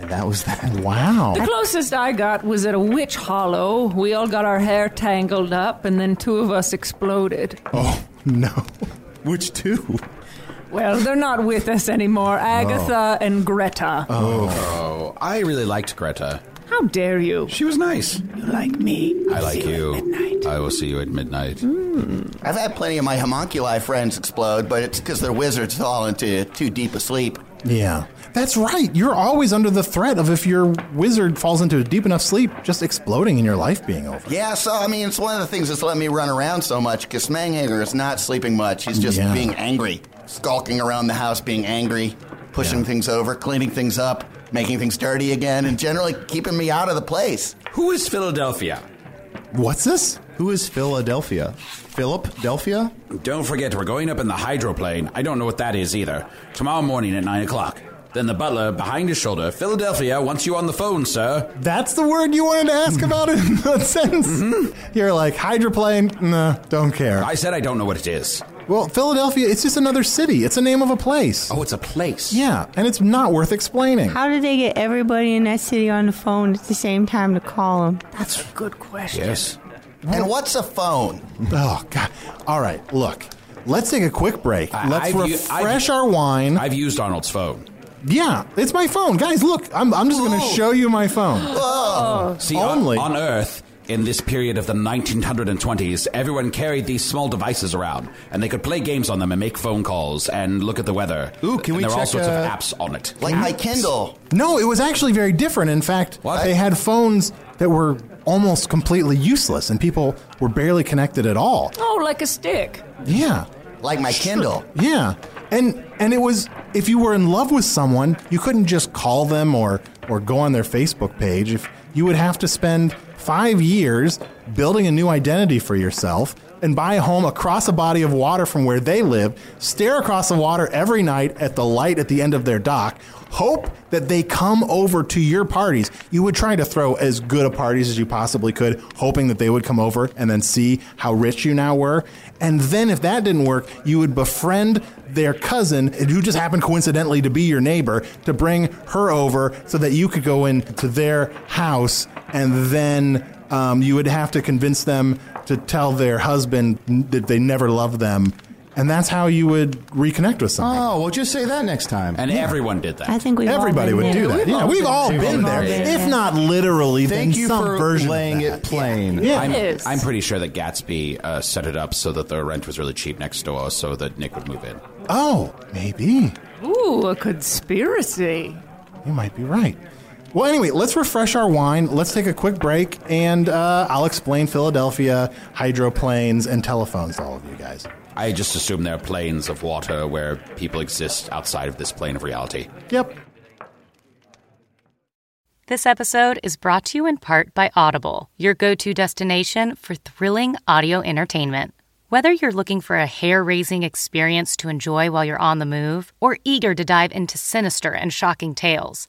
and that was that.
Uh-huh.
Oh.
Wow.
The closest I got was at a witch hollow. We all got our hair tangled up, and then two of us exploded.
Oh no.
Which two?
Well, they're not with us anymore. Agatha and Greta.
Oh, I really liked Greta.
How dare you?
She was nice.
You like me.
I like
See
you.
at midnight.
I will see you at midnight.
Hmm. I've had plenty of my homunculi friends explode, but it's because they're wizards falling into too deep a sleep.
Yeah. That's right. You're always under the threat of if your wizard falls into a deep enough sleep, just exploding and your life being over.
Yeah, so I mean, it's one of the things that's let me run around so much because Smanghanger is not sleeping much. He's just
Yeah.
being angry, skulking around the house, being angry, pushing things over, cleaning things up, making things dirty again, and generally keeping me out of the place.
Who is Philadelphia?
What's this?
Who is Philadelphia? Philip Delphia?
Don't forget, we're going up in the hydroplane. I don't know what that is either. Tomorrow morning at 9 o'clock. Then the butler, behind his shoulder, Philadelphia wants you on the phone, sir.
That's the word you wanted to ask about in that sense. You're like hydroplane. Nah, don't care.
Mm-hmm. I said I don't know what it is.
well, Philadelphia. It's just another city. It's the name of a place.
Oh, it's a place.
Yeah, and it's not worth explaining.
How did they get everybody in that city on the phone at the same time to call them?
That's a good question.
Yes.
And what's a phone?
oh God. All right. Look. Let's take a quick break.
I-
Let's
I've u-
refresh
I've-
our wine.
I've used Arnold's phone.
yeah, it's my phone, guys. Look, I'm, I'm just going to
Whoa.
show you my phone.
Oh.
See, on-
Only.
On, Earth, in this period of the 1920s, everyone carried these small devices around, and they could play games on them and make phone calls and look at the weather.
Ooh, can
And
we
There are all
check,
sorts of
uh,
apps on it.
Like my Kindle.
No, it was actually very different. In fact,
What?
they had phones that were almost completely useless, and people were barely connected at all.
Oh, like a stick.
Yeah.
Like my Kindle.
Yeah. And and it was if you were in love with someone, you couldn't just call them or or go on their Facebook page. If you would have to spend 5 years building a new identity for yourself and buy a home across a body of water from where they live, stare across the water every night at the light at the end of their dock, hope that they come over to your parties. You would try to throw as good a parties as you possibly could, hoping that they would come over and then see how rich you now were. And then if that didn't work, you would befriend their cousin, who just happened coincidentally to be your neighbor, to bring her over so that you could go into their house and then um, you would have to convince them to tell their husband that they never loved them. And that's how you would reconnect with someone.
Oh, well, just say that next time.
And everyone did that.
I think we've all
Everybody
been
would do
there.
that. yeah, we've all been, there.
there.
If not literally,
Thank
then
you
some
for
version
laying
of that.
it plain.
Yeah.
I'm,
Yes.
I'm pretty sure that Gatsby uh, set it up so that the rent was really cheap next door so that Nick would move in.
Oh, maybe.
Ooh, a conspiracy.
You might be right. Well, anyway, let's refresh our wine. Let's take a quick break, and uh, I'll explain Philadelphia, hydroplanes, and telephones to all of you guys.
I just assume there are planes of water where people exist outside of this plane of reality.
Yep.
This episode is brought to you in part by Audible, your go to destination for thrilling audio entertainment. Whether you're looking for a hair raising experience to enjoy while you're on the move or eager to dive into sinister and shocking tales,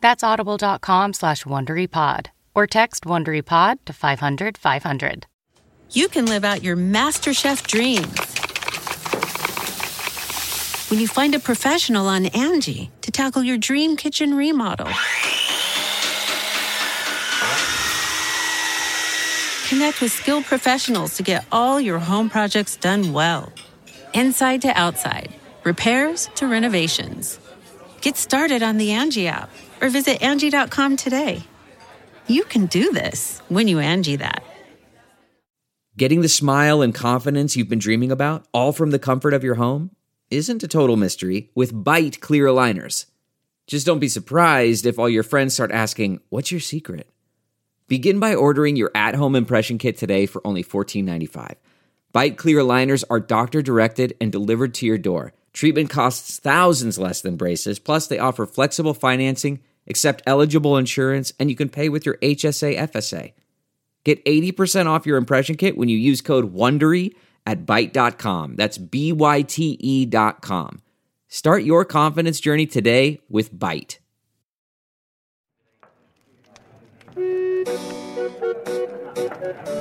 That's audible.com slash WonderyPod or text WonderyPod to 500 500.
you can live out your MasterChef dreams. When you find a professional on Angie to tackle your dream kitchen remodel, connect with skilled professionals to get all your home projects done well. Inside to outside, repairs to renovations. Get started on the Angie app or visit Angie.com today. You can do this when you Angie that.
Getting the smile and confidence you've been dreaming about, all from the comfort of your home, isn't a total mystery with bite clear aligners. Just don't be surprised if all your friends start asking, What's your secret? Begin by ordering your at home impression kit today for only $14.95. Bite clear aligners are doctor directed and delivered to your door. Treatment costs thousands less than braces, plus, they offer flexible financing, accept eligible insurance, and you can pay with your HSA FSA. Get 80% off your impression kit when you use code WONDERY at Byte.com. That's B-Y-T-E E dot com. Start your confidence journey today with Byte.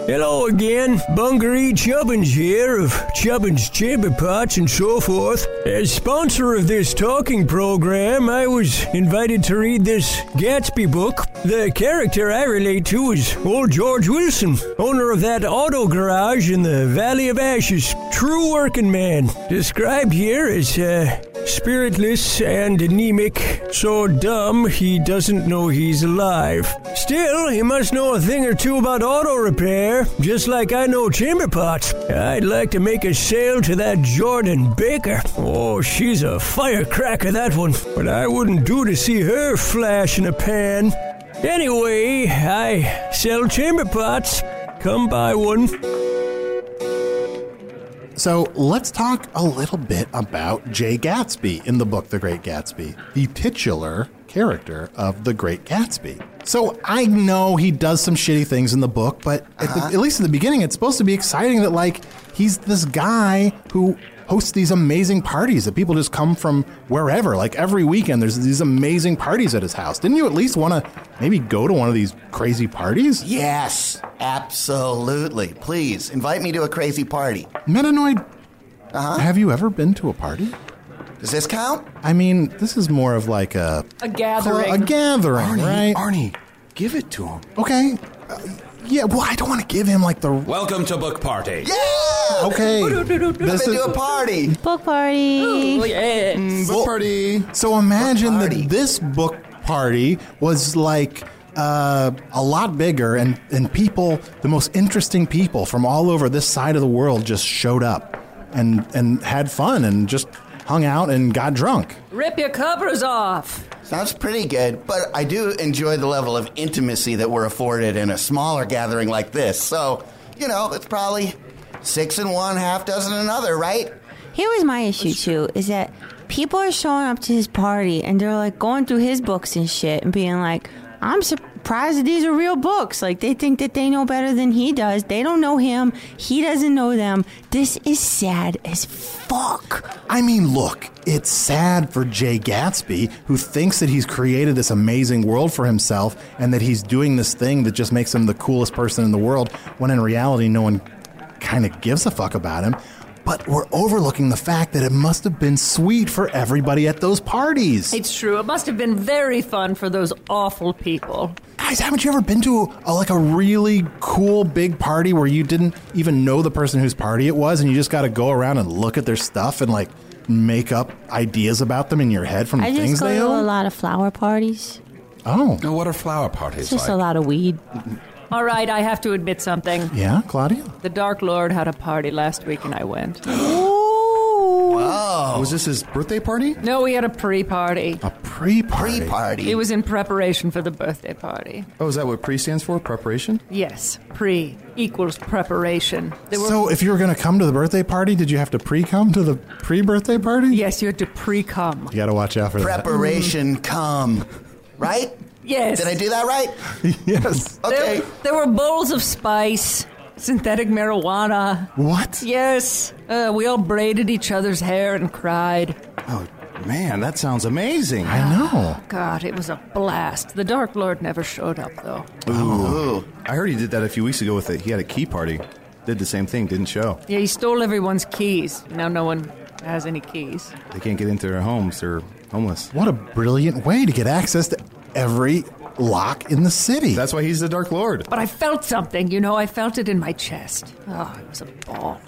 Hello again, Bungaree Chubbins here of Chubbins Chamber Pots and so forth. As sponsor of this talking program, I was invited to read this Gatsby book. The character I relate to is old George Wilson, owner of that auto garage in the Valley of Ashes. True working man, described here as uh, spiritless and anemic, so dumb he doesn't know he's alive. Still, he must know a thing or two about auto repair, just like I know chamber pots. I'd like to make a sale to that Jordan Baker. Oh, she's a firecracker, that one. But I wouldn't do to see her flash in a pan. Anyway, I sell chamber pots. Come buy one.
So let's talk a little bit about Jay Gatsby in the book The Great Gatsby, the titular character of The Great Gatsby. So I know he does some shitty things in the book, but at,
Uh-huh.
the, at least in the beginning, it's supposed to be exciting that, like, he's this guy who hosts these amazing parties that people just come from wherever. Like, every weekend, there's these amazing parties at his house. Didn't you at least want to maybe go to one of these crazy parties?
Yes, absolutely. Please invite me to a crazy party.
Metanoid,
Uh-huh.
have you ever been to a party?
Does this count?
I mean, this is more of like a
A
cl-
gathering.
a gathering,
Arnie,
right?
Arnie, give it to him.
Okay. Uh, yeah. Well, I don't want to give him like the
Welcome to Book Party.
Yeah!
okay. this
Been
is,
to a party.
Book party.
Oh, yeah.
Mm, Book party.
so imagine
party.
that this book party was like uh, a lot bigger, and, and people, the most interesting people from all over this side of the world, just showed up and, and had fun and just hung out and got drunk.
Rip your covers off.
Sounds pretty good, but I do enjoy the level of intimacy that we're afforded in a smaller gathering like this. So, you know, it's probably six in one, half dozen in another, right?
Here was my issue too: is that people are showing up to his party and they're like going through his books and shit and being like, "I'm surprised that these are real books." Like they think that they know better than he does. They don't know him. He doesn't know them. This is sad as fuck.
I mean, look, it's sad for Jay Gatsby, who thinks that he's created this amazing world for himself and that he's doing this thing that just makes him the coolest person in the world, when in reality, no one kind of gives a fuck about him. But we're overlooking the fact that it must have been sweet for everybody at those parties.
It's true. It must have been very fun for those awful people.
Guys, haven't you ever been to a, like a really cool big party where you didn't even know the person whose party it was, and you just got to go around and look at their stuff and like make up ideas about them in your head from
I
the
just
things
go
they
to a
own?
lot of flower parties.
Oh,
what are flower parties
It's just a lot of weed.
All right, I have to admit something.
yeah, Claudia.
The Dark Lord had a party last week and I went.
Wow. Was this his birthday party?
No, we had a pre party.
A pre party?
Pre party.
It was in preparation for the birthday party.
Oh, is that what pre stands for? Preparation?
Yes, pre equals preparation. There were-
So if you were going to come to the birthday party, did you have to pre come to the pre birthday party?
Yes, you had to pre come.
You got to watch out for that.
Preparation
um.
come, right?
Yes.
Did I do that right?
yes.
Okay. There, there were bowls of spice, synthetic marijuana.
What?
Yes. Uh, we all braided each other's hair and cried.
Oh, man, that sounds amazing.
I know.
God, it was a blast. The Dark Lord never showed up, though.
Ooh. I heard he did that a few weeks ago with it. He had a key party. Did the same thing, didn't show.
Yeah, he stole everyone's keys. Now no one has any keys.
They can't get into their homes. They're homeless.
What a brilliant way to get access to every lock in the city.
That's why he's the Dark Lord.
But I felt something, you know, I felt it in my chest. Oh, it was a ball.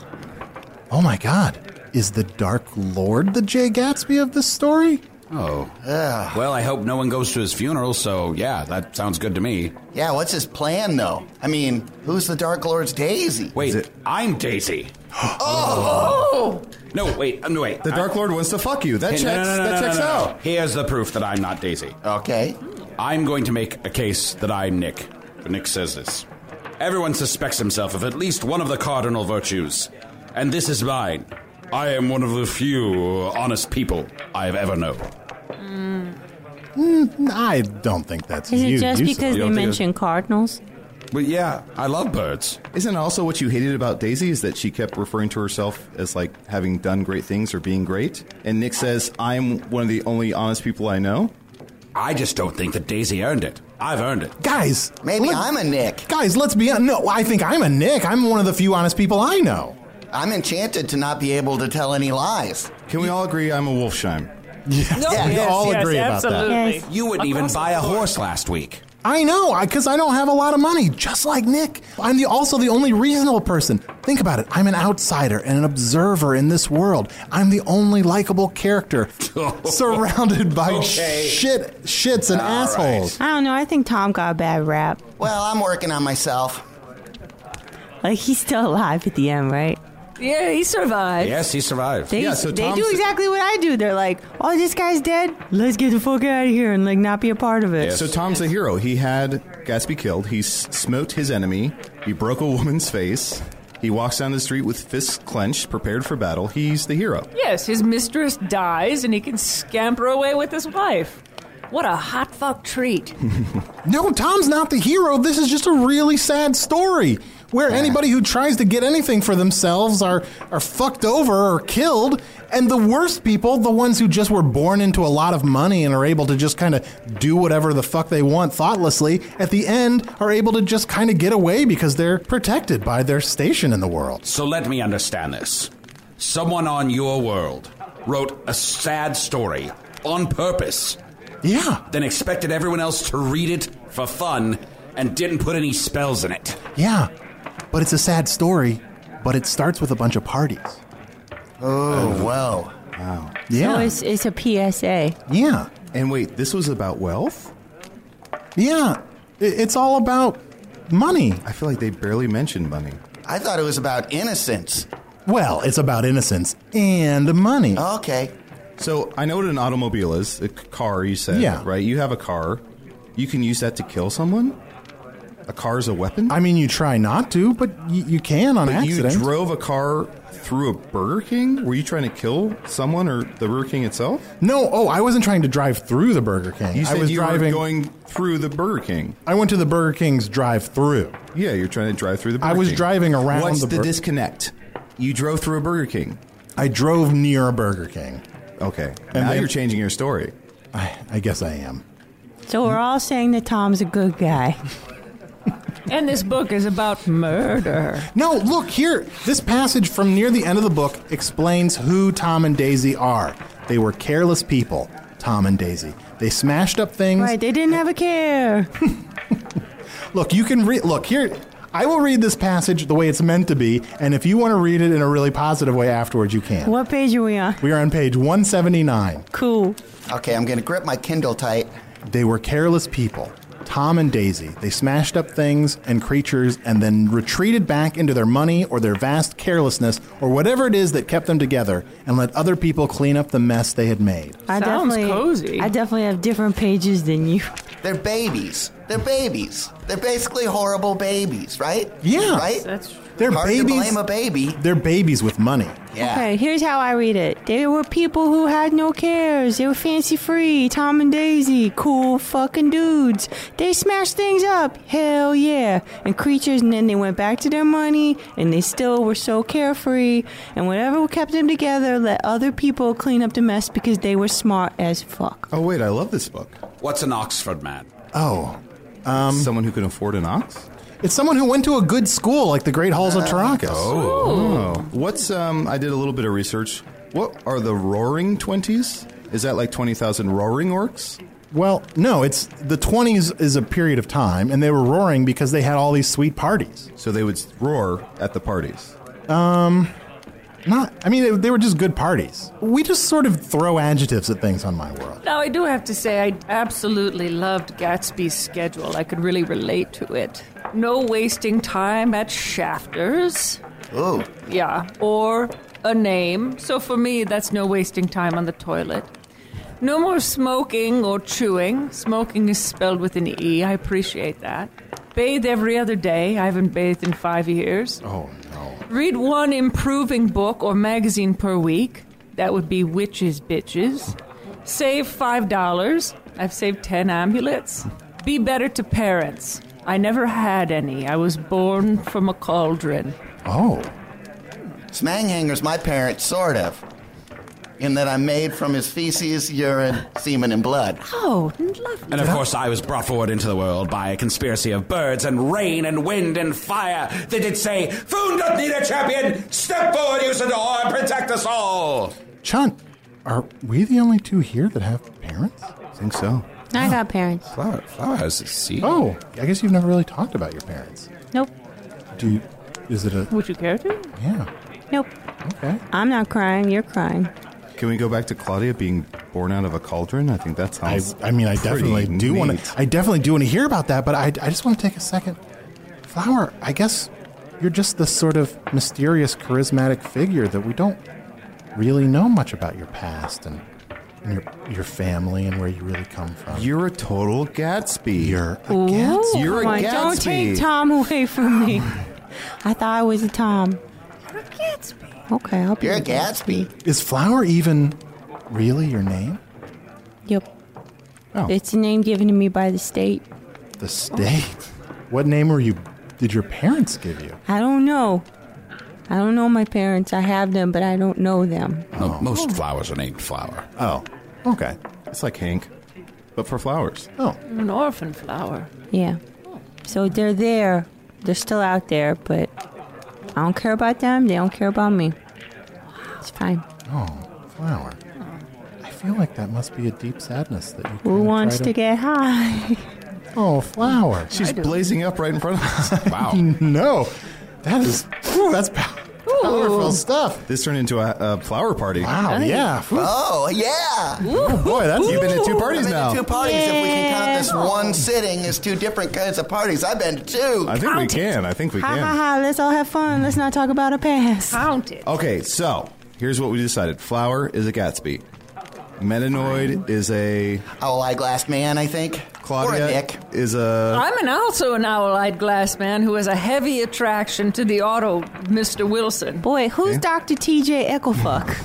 Oh my god. Is the Dark Lord the Jay Gatsby of this story?
Oh. Well, I hope no one goes to his funeral, so yeah, that sounds good to me.
Yeah, what's his plan though? I mean, who's the Dark Lord's Daisy?
Wait, I'm Daisy.
Oh!
No, wait, um, wait.
The Dark Lord wants to fuck you. That
Hey,
checks,
no, no, no, no,
that
no,
checks
no, no.
out.
Here's the proof that I'm not Daisy.
Okay.
I'm going to make a case that I'm Nick. Nick says this. Everyone suspects himself of at least one of the cardinal virtues, and this is mine. I am one of the few honest people I've ever known.
Mm, I don't think that's
Is
you.
it just
you
because
said-
they mentioned cardinals?
But yeah, I love birds.
Isn't also what you hated about Daisy is that she kept referring to herself as like having done great things or being great? And Nick says, I'm one of the only honest people I know.
I just don't think that Daisy earned it. I've earned it.
Guys,
Maybe
let-
I'm a Nick.
Guys, let's be honest. No, I think I'm a Nick. I'm one of the few honest people I know.
I'm enchanted to not be able to tell any lies.
Can we all agree I'm a Wolfsheim?
Yes,
Yeah.
we
Yes,
all
yes,
agree about that.
absolutely. Yes.
You wouldn't even buy a horse last week.
I know, because I, don't have a lot of money, just like Nick. I'm the, also the only reasonable person. Think about it. I'm an outsider and an observer in this world. I'm the only likable character surrounded by
Okay.
shit, shits and assholes.
I don't know. I think Tom got a bad rap.
Well, I'm working on myself.
Like he's still alive at the end, right?
Yeah, he survived.
Yes, he survived.
They, they do exactly what I do. They're like, "Oh, this guy's dead. Let's get the fuck out of here and like not be a part of it."
So Tom's the hero. He had Gatsby killed. He s- smote his enemy. He broke a woman's face. He walks down the street with fists clenched, prepared for battle. He's the hero.
Yes, his mistress dies and he can scamper away with his wife. What a hot fuck treat.
No, Tom's not the hero. This is just a really sad story where anybody who tries to get anything for themselves are are fucked over or killed, and the worst people, the ones who just were born into a lot of money and are able to just kind of do whatever the fuck they want thoughtlessly, at the end are able to just kind of get away because they're protected by their station in the world.
So let me understand this. Someone on your world wrote a sad story on purpose.
Yeah.
Then expected everyone else to read it for fun and didn't put any spells in it.
Yeah. But it's a sad story, but it starts with a bunch of parties.
Oh, whoa.
Wow.
So it's, it's a PSA.
Yeah.
And wait, this was about wealth?
Yeah. It's all about money.
I feel like they barely mentioned money.
I thought it was about innocence.
Well, it's about innocence and money.
Okay.
So I know what an automobile is a c- car, you said.
Yeah.
Right? You have a car. You can use that to kill someone? A car's a weapon?
I mean, you try not to, but y- you can on
but
accident.
you drove a car through a Burger King? Were you trying to kill someone or the Burger King itself?
no, oh, I wasn't trying to drive through the Burger King.
You
I
said
was
you
driving.
were going through the Burger King.
I went to the Burger King's drive-through.
Yeah, you're trying to drive through the Burger
I was
King.
driving around
What's
the
the,
Bur-
disconnect? You drove through a Burger King.
I drove near a Burger King.
Okay.
And
now
then-
you're changing your story.
I, I guess I am.
So we're all saying that Tom's a good guy.
And this book is about murder.
No, look here. This passage from near the end of the book explains who Tom and Daisy are. They were careless people, Tom and Daisy. They smashed up things.
Right, they didn't have a care.
Look, you can read. Look here. I will read this passage the way it's meant to be, and if you want to read it in a really positive way afterwards, you can.
What page are we on?
We are on page 179.
Cool.
Okay, I'm going to grip my Kindle tight.
They were careless people. Tom and Daisy. They smashed up things and creatures and then retreated back into their money or their vast carelessness or whatever it is that kept them together and let other people clean up the mess they had made.
I
Sounds
definitely,
cozy.
I definitely have different pages than you.
They're babies. They're babies. They're basically horrible babies, right?
Yeah.
Right?
That's
They're
Hard to
babies.
blame a baby.
They're babies with money.
Okay, here's how I read it. They were people who had no cares. They were fancy free, Tom and Daisy, cool fucking dudes. They smashed things up, hell yeah, and creatures, and then they went back to their money, and they still were so carefree. And whatever kept them together, let other people clean up the mess because they were smart as fuck.
Oh, wait, I love this book.
What's an Oxford man?
Oh. Um,
Someone who can afford an ox?
It's someone who went to a good school like the Great Halls of Tarakas.
Uh, Oh. What's um I did a little bit of research. What are the roaring 20s? Is that like 20,000 roaring orcs?
Well, no, it's the 20s is a period of time, and they were roaring because they had all these sweet parties.
So they would roar at the parties.
Um, not, I mean, they, they were just good parties. We just sort of throw adjectives at things on my world.
Now, I do have to say, I absolutely loved Gatsby's schedule. I could really relate to it. No wasting time at Shafters.
Oh.
Yeah, or a name. So for me, that's no wasting time on the toilet. No more smoking or chewing. Smoking is spelled with an E. I appreciate that. Bathe every other day. I haven't bathed in five years.
Oh, no.
Read one improving book or magazine per week. That would be Witches Bitches. Save $5. I've saved 10 amulets. Be better to parents. I never had any. I was born from a cauldron.
Oh.
Smanghänger's my parent, sort of. In that I'm made from his feces, urine, semen, and blood.
Oh, lovely.
And of course, I was brought forward into the world by a conspiracy of birds and rain and wind and fire. They did say, Foon doth need a champion! Step forward, Usador, and protect us all!
Chunt, are we the only two here that have parents? I
think so.
I got parents.
Flower, flowers, see?
Oh, I guess you've never really talked about your parents.
Nope.
Do you, is it a.
Would you care to?
Yeah.
Nope.
Okay.
I'm not crying, you're crying.
Can we go back to Claudia being born out of a cauldron? I think that
I,
sounds.
I mean, I
pretty
definitely do want
neat.
to. I definitely do want to hear about that, but I, I just want to take a second. Flower, I guess you're just this sort of mysterious, charismatic figure that we don't really know much about your past and, and your your family and where you really come from.
You're a total Gatsby.
You're
Ooh,
You're a
come on, Don't
Gatsby.
take Tom away from me. I thought I was a Tom. Okay, I'll be
You're a Gatsby.
Is Flower even really your name?
Yep.
Oh.
It's a name given to me by the state.
The state.
Oh.
What name were you? Did your parents give you?
I don't know. I don't know my parents. I have them, but I don't know them.
No, most flowers are named flower.
Oh, okay.
It's like Hank, but for flowers.
Oh.
An orphan flower.
Yeah. So they're there. They're still out there, but I don't care about them. They don't care about me. It's fine.
Oh, Flower. I feel like that must be a deep sadness that you.
Who
kinda
wants
try
to get high?
Oh, Flower.
She's blazing up right in front of us.
wow.
no, that is. Whew, that's. pow- Colorful stuff.
This turned into a, a flower party.
Wow, Nice. yeah.
Oh, yeah.
Oh, boy, that's- You've been to two parties
I've been to
now.
two parties. If we can count this
Yeah.
one sitting as two different kinds of parties, I've been to two.
I think we can. I think we
Ha ha
can.
ha, let's all have fun. Let's not talk about a past.
Count it.
Okay, so here's what we decided. Flower is a Gatsby. Metanoid is a
Hourglass Oh, man, I think.
Claudia
Or a Nick.
is a
I'm an also an owl-eyed glass man who has a heavy attraction to the auto, Mr. Wilson.
Boy, who's
Okay.
Dr. TJ Ecklefuck?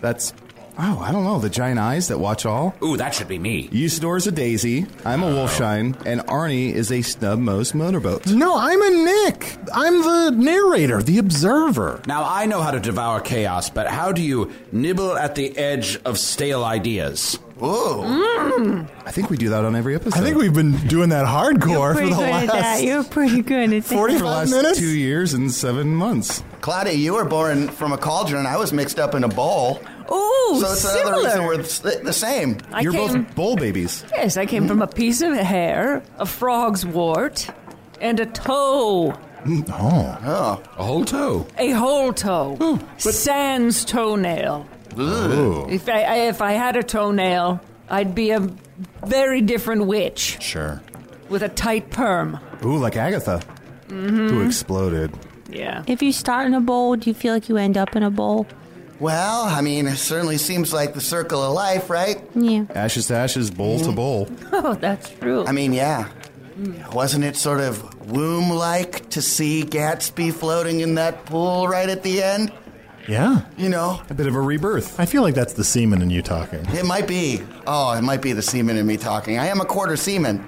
that's oh I don't know the giant eyes that watch all.
Ooh, that should be me. Oh.
Usador is a Daisy. I'm a Wolfshine, and Arnie is a snub-nosed motorboat.
No, I'm a Nick. I'm the narrator, the observer.
Now, I know how to devour chaos, but how do you nibble at the edge of stale ideas?
I think we do that on every episode.
I think we've been doing that hardcore for
Pretty
the
good at that.
last
You're pretty good at that.
for the last two years and seven months.
Claudia, you were born from a cauldron. I was mixed up in a bowl.
Ooh,
so it's another reason
similar.
we're the the same.
I
You're
came,
both bowl babies.
Yes, I came from a piece of hair, a frog's wart, and a toe,
Mm,
Oh.
A whole toe.
a whole toe, sans toenail.
Ooh.
If I, I if I had a toenail, I'd be a very different witch
Sure.
with a tight perm.
Ooh, like Agatha,
Mm-hmm.
who
Mm-hmm.
exploded.
Yeah.
If you start in a bowl, do you feel like you end up in a bowl?
Well, I mean, it certainly seems like the circle of life, right?
Yeah.
Ashes to ashes, bowl to bowl.
Oh, that's true.
I mean, yeah. Wasn't it sort of womb like to see Gatsby floating in that pool right at the end?
Yeah.
You know,
A bit of a rebirth.
I feel like that's the semen in you talking.
it might be. Oh, it might be the semen in me talking. I am a quarter semen.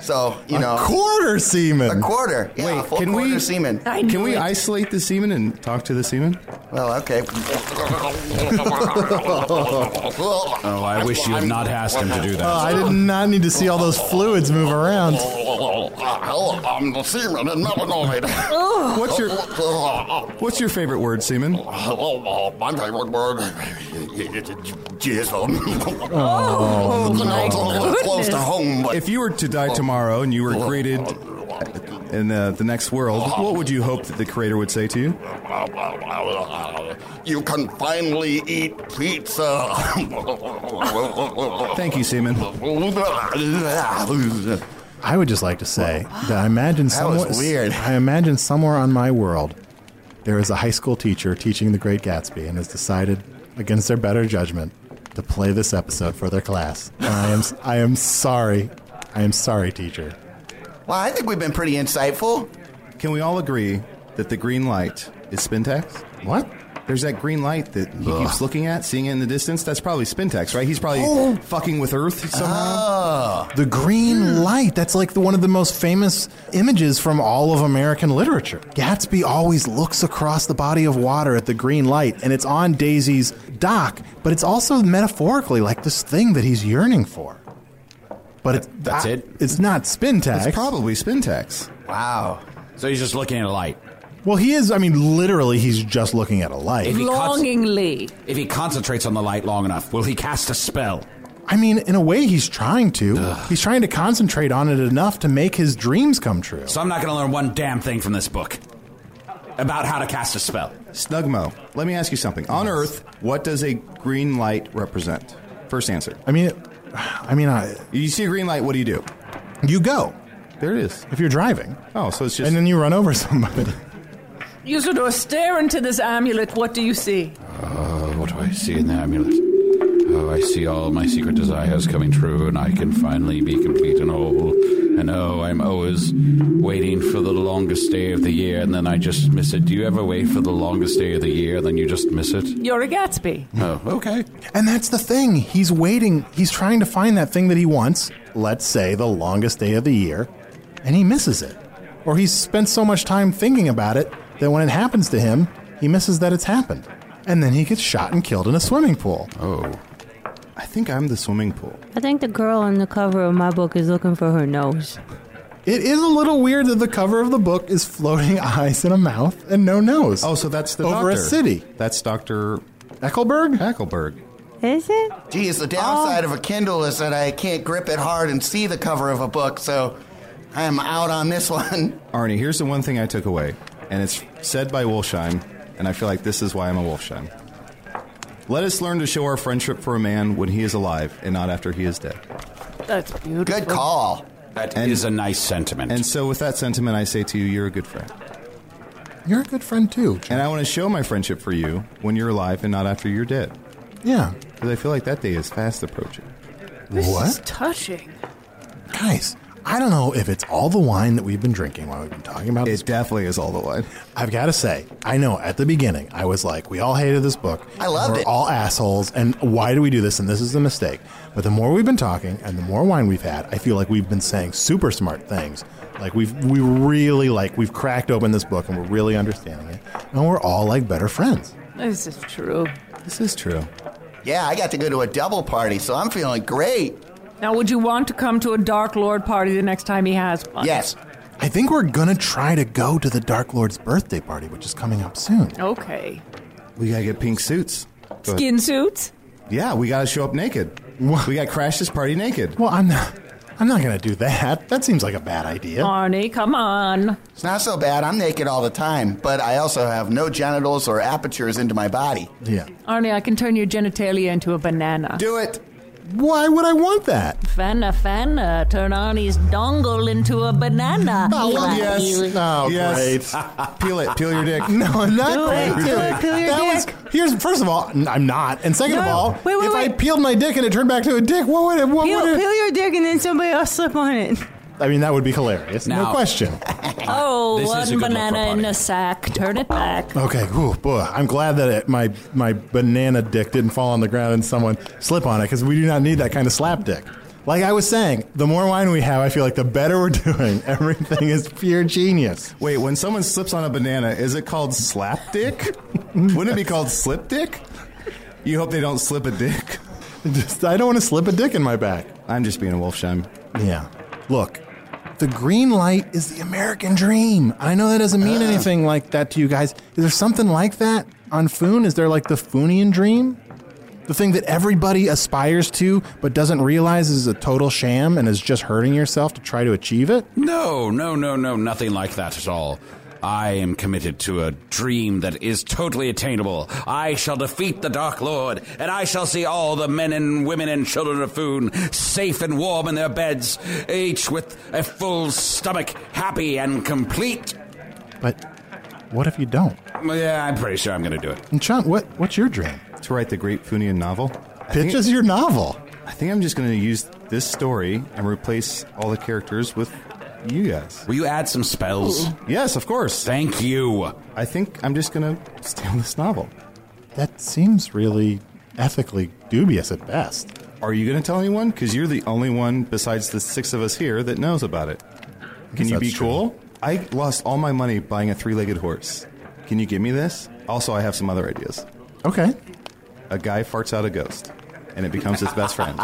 So, you know.
Quarter semen.
A quarter. Yeah, a full
can we-
quarter semen.
I
Can
knew
we
it.
isolate the semen and talk to the semen?
Well, okay.
Oh, I wish you had not asked him to do
Oh,
that.
I did not need to see all those fluids move around.
I'm the semen and melanoid.
What's your What's your favorite word, semen?
My favorite word jizzle.
Oh, my
Close to
goodness.
home, but
If you were to die tomorrow and you were created in uh, the next world, what would you hope that the creator would say to you?
you can finally eat pizza.
Thank you, semen.
I would just like to say that I imagine
That was
somewhere
weird.
I imagine somewhere on my world there is a high school teacher teaching the Great Gatsby and has decided against their better judgment to play this episode for their class. And I am I am sorry. I am sorry, teacher.
Well, I think we've been pretty insightful.
Can we all agree that the green light is Spintax?
What?
There's that green light that he keeps looking at, seeing it in the distance. That's probably Spintax, right? He's probably
Oh.
fucking with Earth somehow.
Ah.
The green light. That's like the, one of the most famous images from all of American literature. Gatsby always looks across the body of water at the green light, and it's on Daisy's dock, but it's also metaphorically like this thing that he's yearning for. But it's,
That's it?
It's not Spintax.
It's probably Spintax.
Wow.
So he's just looking at a light.
well, he is. I mean, literally, he's just looking at a light.
If he cuts-
Longingly.
If he concentrates on the light long enough, will he cast a spell?
I mean, in a way, he's trying to. He's trying to concentrate on it enough to make his dreams come true.
So I'm not going to learn one damn thing from this book about how to cast a spell.
Snugmo, let me ask you something. On Earth, what does a green light represent? First answer.
I mean, I mean, I,
You see a green light, what do you do?
you go
There it is.
if you're driving,
Oh, so it's just.
and then you run over somebody.
Usador, stare into this amulet. What do you see?
Oh, what do I see in the amulet? Oh, I see all my secret desires coming true, and I can finally be complete and whole. And oh, I'm always waiting for the longest day of the year, and then I just miss it. Do you ever wait for the longest day of the year, and then you just miss it?
You're a Gatsby.
Oh, okay.
And that's the thing. He's waiting. He's trying to find that thing that he wants, let's say the longest day of the year, and he misses it. Or he's spent so much time thinking about it that when it happens to him, he misses that it's happened. And then he gets shot and killed in a swimming pool.
Oh,
I think I'm the swimming pool.
I think the girl on the cover of my book is looking for her nose.
It is a little weird that the cover of the book is floating eyes and a mouth and no nose.
Oh, so that's the
Over a
doctor.
city.
That's Dr.
Eckelberg?
Hackelberg.
Is it?
Geez, the downside of a Kindle is that I can't grip it hard and see the cover of a book, so I am out on this one.
Arnie, here's the one thing I took away, and it's said by Wolsheim and I feel like this is why I'm a Wolfsheim. Let us learn to show our friendship for a man when he is alive and not after he is dead.
That's beautiful.
Good call.
Ah, That is a nice sentiment. And so, with that sentiment, I say to you, you're a good friend.
You're a good friend too.
And I want to show my friendship for you when you're alive and not after you're dead.
Yeah.
Because I feel like that day is fast approaching.
This is touching.
Guys, I don't know if it's all the wine that we've been drinking while we've been talking about it this. It
definitely is all the wine.
I've got to say, I know at the beginning, I was like, we all hated this book.
I loved
we're
it.
all assholes, and why do we do this? And this is the mistake. But the more we've been talking and the more wine we've had, I feel like we've been saying super smart things. Like we've we really like we've cracked open this book and we're really understanding it, and we're all like better friends.
This is true.
This is true.
Yeah, I got to go to a double party, so I'm feeling great.
Now, would you want to come to a Dark Lord party the next time he has one?
Yes.
I think we're gonna try to go to the Dark Lord's birthday party, which is coming up soon.
Okay.
We gotta get pink suits. But-
Skin suits?
Yeah, we gotta show up naked. We gotta crash this party naked.
Well, I'm not. I'm not gonna do that. That seems like a bad idea.
Arnie, come on.
It's not so bad. I'm naked all the time, but I also have no genitals or apertures into my body.
Yeah.
Arnie, I can turn your genitalia into a banana.
Do it.
Why would I want that?
Fana, fana, turn Arnie's dongle into a banana.
Oh, well, yes. Oh, great.
peel it. Peel your dick.
No, I'm not
Do
going
it,
to.
do it, peel your
that
dick.
was here's first of all, n- I'm not, and second of
No,
all,
wait, wait,
if I
wait.
peeled my dick and it turned back to a dick, what would it? What
Peel,
would it?
peel your dick and then somebody else slip on it.
I mean, that would be hilarious.
Now-
no question.
Oh,
This is a
one
good look for
banana in a sack. Turn it back.
Okay, whew, boy, I'm glad that it, my my banana dick didn't fall on the ground and someone slip on it because we do not need that kind of slap dick. Like I was saying, the more wine we have, I feel like the better we're doing. Everything is pure genius.
Wait, when someone slips on a banana, is it called slap dick? Wouldn't it be called slip dick? You hope they don't slip a dick.
Just, I don't want to slip a dick in my back.
I'm just being a wolfsheim.
Yeah. Look, the green light is the American dream. I know that doesn't mean
Ah.
anything like that to you guys. Is there something like that on Foon? Is there like the Foonian dream? The thing that everybody aspires to but doesn't realize is a total sham and is just hurting yourself to try to achieve it?
No, no, no, no, nothing like that at all. I am committed to a dream that is totally attainable. I shall defeat the Dark Lord, and I shall see all the men and women and children of Foon safe and warm in their beds, each with a full stomach, happy and complete.
But what if you don't?
Yeah, I'm pretty sure I'm going to do it.
And Sean, what, what's your dream?
To write the great Funian novel. I
Pitch
think-
us your novel.
I think I'm just going to use this story and replace all the characters with you guys.
Will you add some spells?
Yes, of course.
Thank you.
I think I'm just going to steal this novel.
That seems really ethically dubious at best.
Are you going to tell anyone? Because you're the only one besides the six of us here that knows about it. Can
guess
you be
that's true.
cool? I lost all my money buying a three legged horse. Can you give me this? Also, I have some other ideas.
Okay.
A guy farts out a ghost, and it becomes his best friend.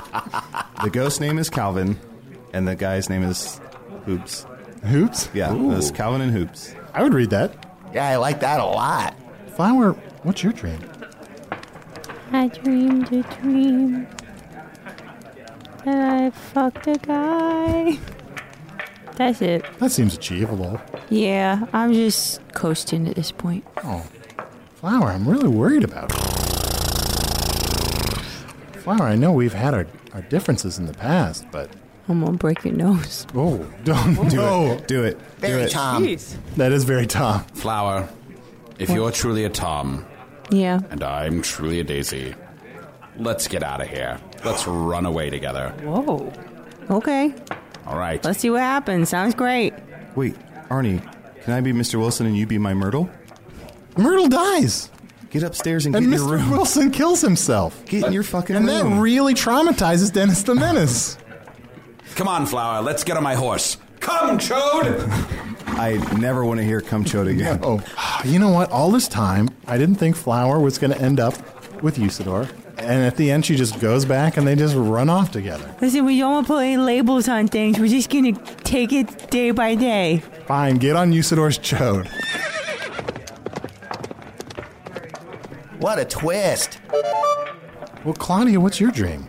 the ghost name is Calvin, and the guy's name is Hoops.
Hoops?
Yeah,
Ooh.
it's Calvin and Hoops.
I would read that.
Yeah, I like that a lot.
Flower, what's your dream?
I dreamed a dream that I fucked a guy. That's it.
That seems achievable.
Yeah, I'm just coasting at this point.
Oh, Flower, I'm really worried about it. Flower, I know we've had our, our differences in the past, but.
I'm gonna break your nose.
Oh, don't do it.
Do it.
Oh. Very
it.
Tom.
That is very Tom.
Flower, if
What?
you're truly a Tom
Yeah.
and I'm truly a Daisy, let's get out of here. Let's run away together.
Whoa. Okay.
All right.
Let's see what happens. Sounds great.
Wait, Arnie, can I be Mr. Wilson and you be my Myrtle?
Myrtle dies.
Get upstairs and,
And
get in
Mr.
your room.
Wilson kills himself.
Get in your fucking
And
room.
that really traumatizes Dennis the Menace.
Come on, Flower, let's get on my horse. Come, Chode!
I never want to hear come chode again.
Oh, you know what? All this time, I didn't think Flower was going to end up with Usador. And at the end, she just goes back and they just run off together.
Listen, we don't want to put any labels on things. We're just gonna take it day by day.
Fine, get on Usador's chode.
What a twist.
Well, Claudia, what's your dream?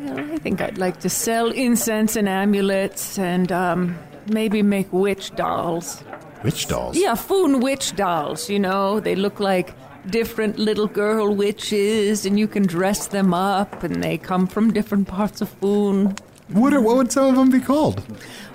Well, I think I'd like to sell incense and amulets and um, maybe make witch dolls.
Witch dolls.
Yeah, Foon witch dolls, you know. They look like different little girl witches, and you can dress them up, and they come from different parts of Foon.
What, are, what would some of them be called?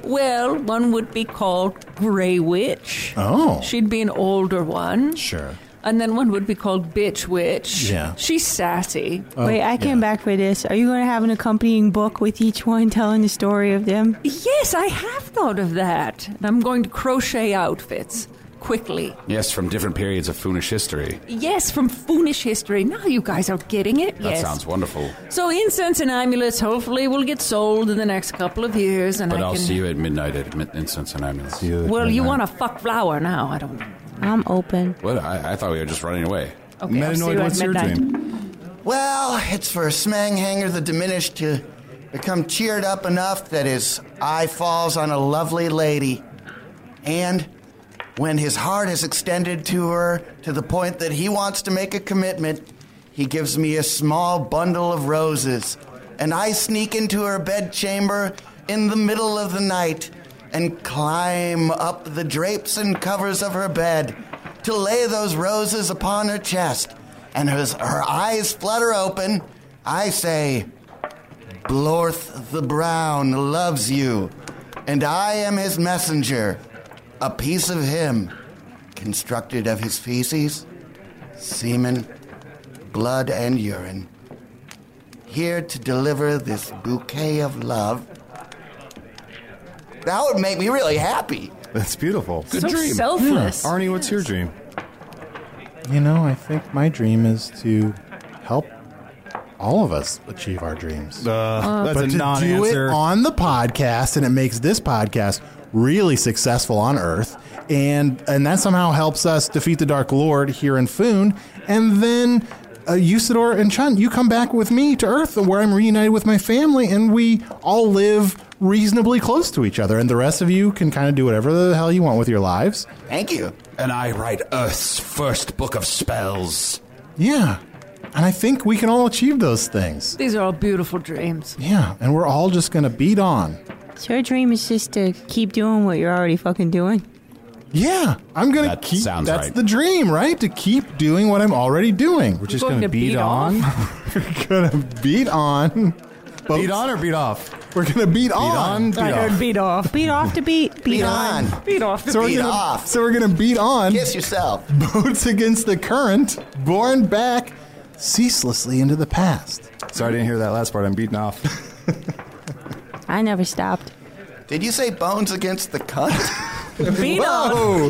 Well, one would be called Grey Witch.
Oh.
She'd be an older one.
Sure.
And then one would be called Bitch Witch.
Yeah. Oh,
She's sassy.
Wait, I came back for this. Are you going to have an accompanying book with each one telling the story of them?
Yes, I have thought of that. And I'm going to crochet outfits quickly.
Yes, from different periods of Foonish history.
Yes, from Foonish history. Now you guys are getting it.
That
yes.
sounds wonderful.
So incense and amulets hopefully will get sold in the next couple of years, and
but
I
I'll
can.
see you at midnight at Mid- Incense and Ambulance.
well, you want to fuck flower now? I don't.
I'm open.
What? I, I thought we were just running away.
Okay, I'll see Metanoid, you at what's your midnight. dream?
Well, it's for Smanghanger the Diminished to become cheered up enough that his eye falls on a lovely lady. And when his heart is extended to her to the point that he wants to make a commitment, he gives me a small bundle of roses. And I sneak into her bedchamber in the middle of the night and climb up the drapes and covers of her bed to lay those roses upon her chest. And as her eyes flutter open, I say, Blorth the Brown loves you, and I am his messenger. A piece of him, constructed of his feces, semen, blood, and urine, here to deliver this bouquet of love. That would make me really happy.
That's beautiful.
Good So dream. selfless.
Yeah. Hmm. Arnie, what's your dream?
You know, I think my dream is to help all of us achieve our dreams.
Uh, that's
but
a
to do
non-answer.
it on the podcast, and it makes this podcast really successful on Earth, and and that somehow helps us defeat the Dark Lord here in Foon, and then. Uh, Usador and Chun, you come back with me to Earth, where I'm reunited with my family, and we all live reasonably close to each other. And the rest of you can kind of do whatever the hell you want with your lives.
Thank you.
And I write Earth's first book of spells.
Yeah, and I think we can all achieve those things.
These are all beautiful dreams.
Yeah, and we're all just gonna beat on.
So your dream is just to keep doing what you're already fucking doing?
Yeah, I'm gonna
That
keep.
sounds
that's
right.
the dream, right? To keep doing what I'm already doing. We're
just Going gonna to beat beat on?
We're gonna beat on.
Beat on or beat off?
We're gonna beat,
on, beat off.
beat off.
Beat off to beat. Beat,
Beat
on.
on.
Beat off.
So we're
Beat
gonna.
off.
So we're gonna beat on.
Kiss yourself.
Boats against the current, borne back ceaselessly into the past.
Sorry, I didn't hear that last part. I'm beaten off.
I never stopped.
Did you say bones against the cunt?
Beat on.
Whoa!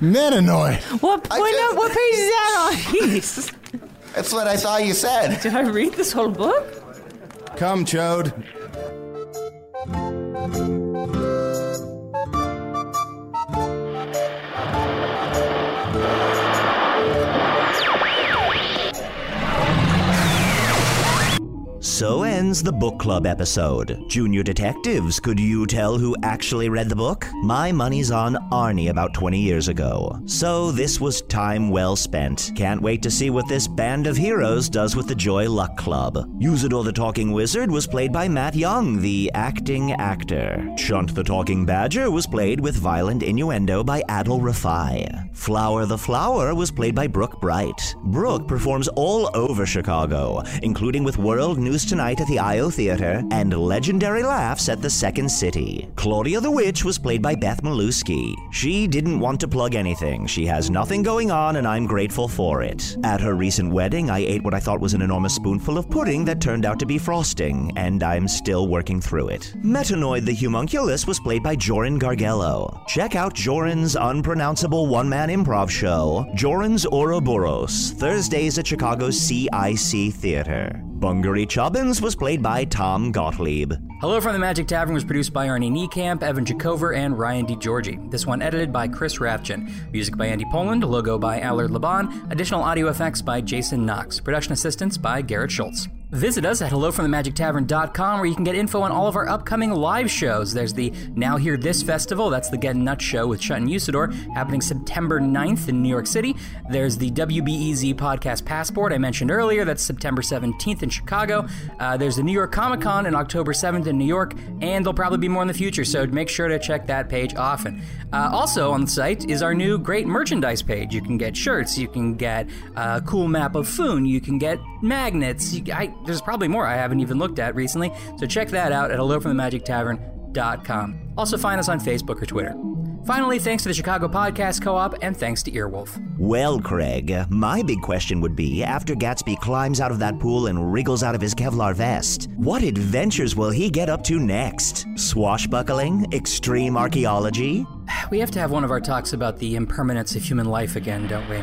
Metanoid.
What,
I
what,
just-
what page is that on?
Jeez.
That's what I thought you said.
Did I read this whole book?
Come, Chode.
So ends the book club episode. Junior detectives, could you tell who actually read the book? My money's on Arnie about 20 years ago. So this was time well spent. Can't wait to see what this band of heroes does with the Joy Luck Club. Usador the Talking Wizard was played by Matt Young, the acting actor. Chunt the Talking Badger was played with violent innuendo by Adil Rafai. Flower the Flower was played by Brooke Bright. Brooke performs all over Chicago, including with World News Tonight at the IO Theater and Legendary Laughs at the Second City. Claudia the Witch was played by Beth Malusky. She didn't want to plug anything. She has nothing going on, and I'm grateful for it. At her recent wedding, I ate what I thought was an enormous spoonful of pudding that turned out to be frosting, and I'm still working through it. Metanoid the Humunculus was played by Joran Gargello. Check out Joran's unpronounceable one man improv show, Joran's Ouroboros, Thursdays at Chicago's CIC Theater. Bungaree Chubbins was played by Tom Gottlieb.
Hello from the Magic Tavern was produced by Arnie Niekamp, Evan Jacover, and Ryan DiGiorgi. This one edited by Chris Rafchin. Music by Andy Poland, logo by Allard Laban, additional audio effects by Jason Knox, production assistance by Garrett Schultz. Visit us at hellofromthemagictavern.com where you can get info on all of our upcoming live shows. There's the Now Hear This Festival, that's the Get Nuts show with Shut and Usador, happening September 9th in New York City. There's the WBEZ Podcast Passport I mentioned earlier, that's September 17th in Chicago. Uh, there's the New York Comic Con on October 7th in New York, and there'll probably be more in the future, so make sure to check that page often. Uh, also on the site is our new great merchandise page. You can get shirts, you can get a cool map of Foon, you can get magnets. You, I, there's probably more I haven't even looked at recently, so check that out at hellofromthemagictavern.com. Also find us on Facebook or Twitter. Finally, thanks to the Chicago Podcast Co-op and thanks to Earwolf.
Well, Craig, my big question would be after Gatsby climbs out of that pool and wriggles out of his Kevlar vest, what adventures will he get up to next? Swashbuckling? Extreme archaeology?
We have to have one of our talks about the impermanence of human life again, don't we?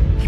we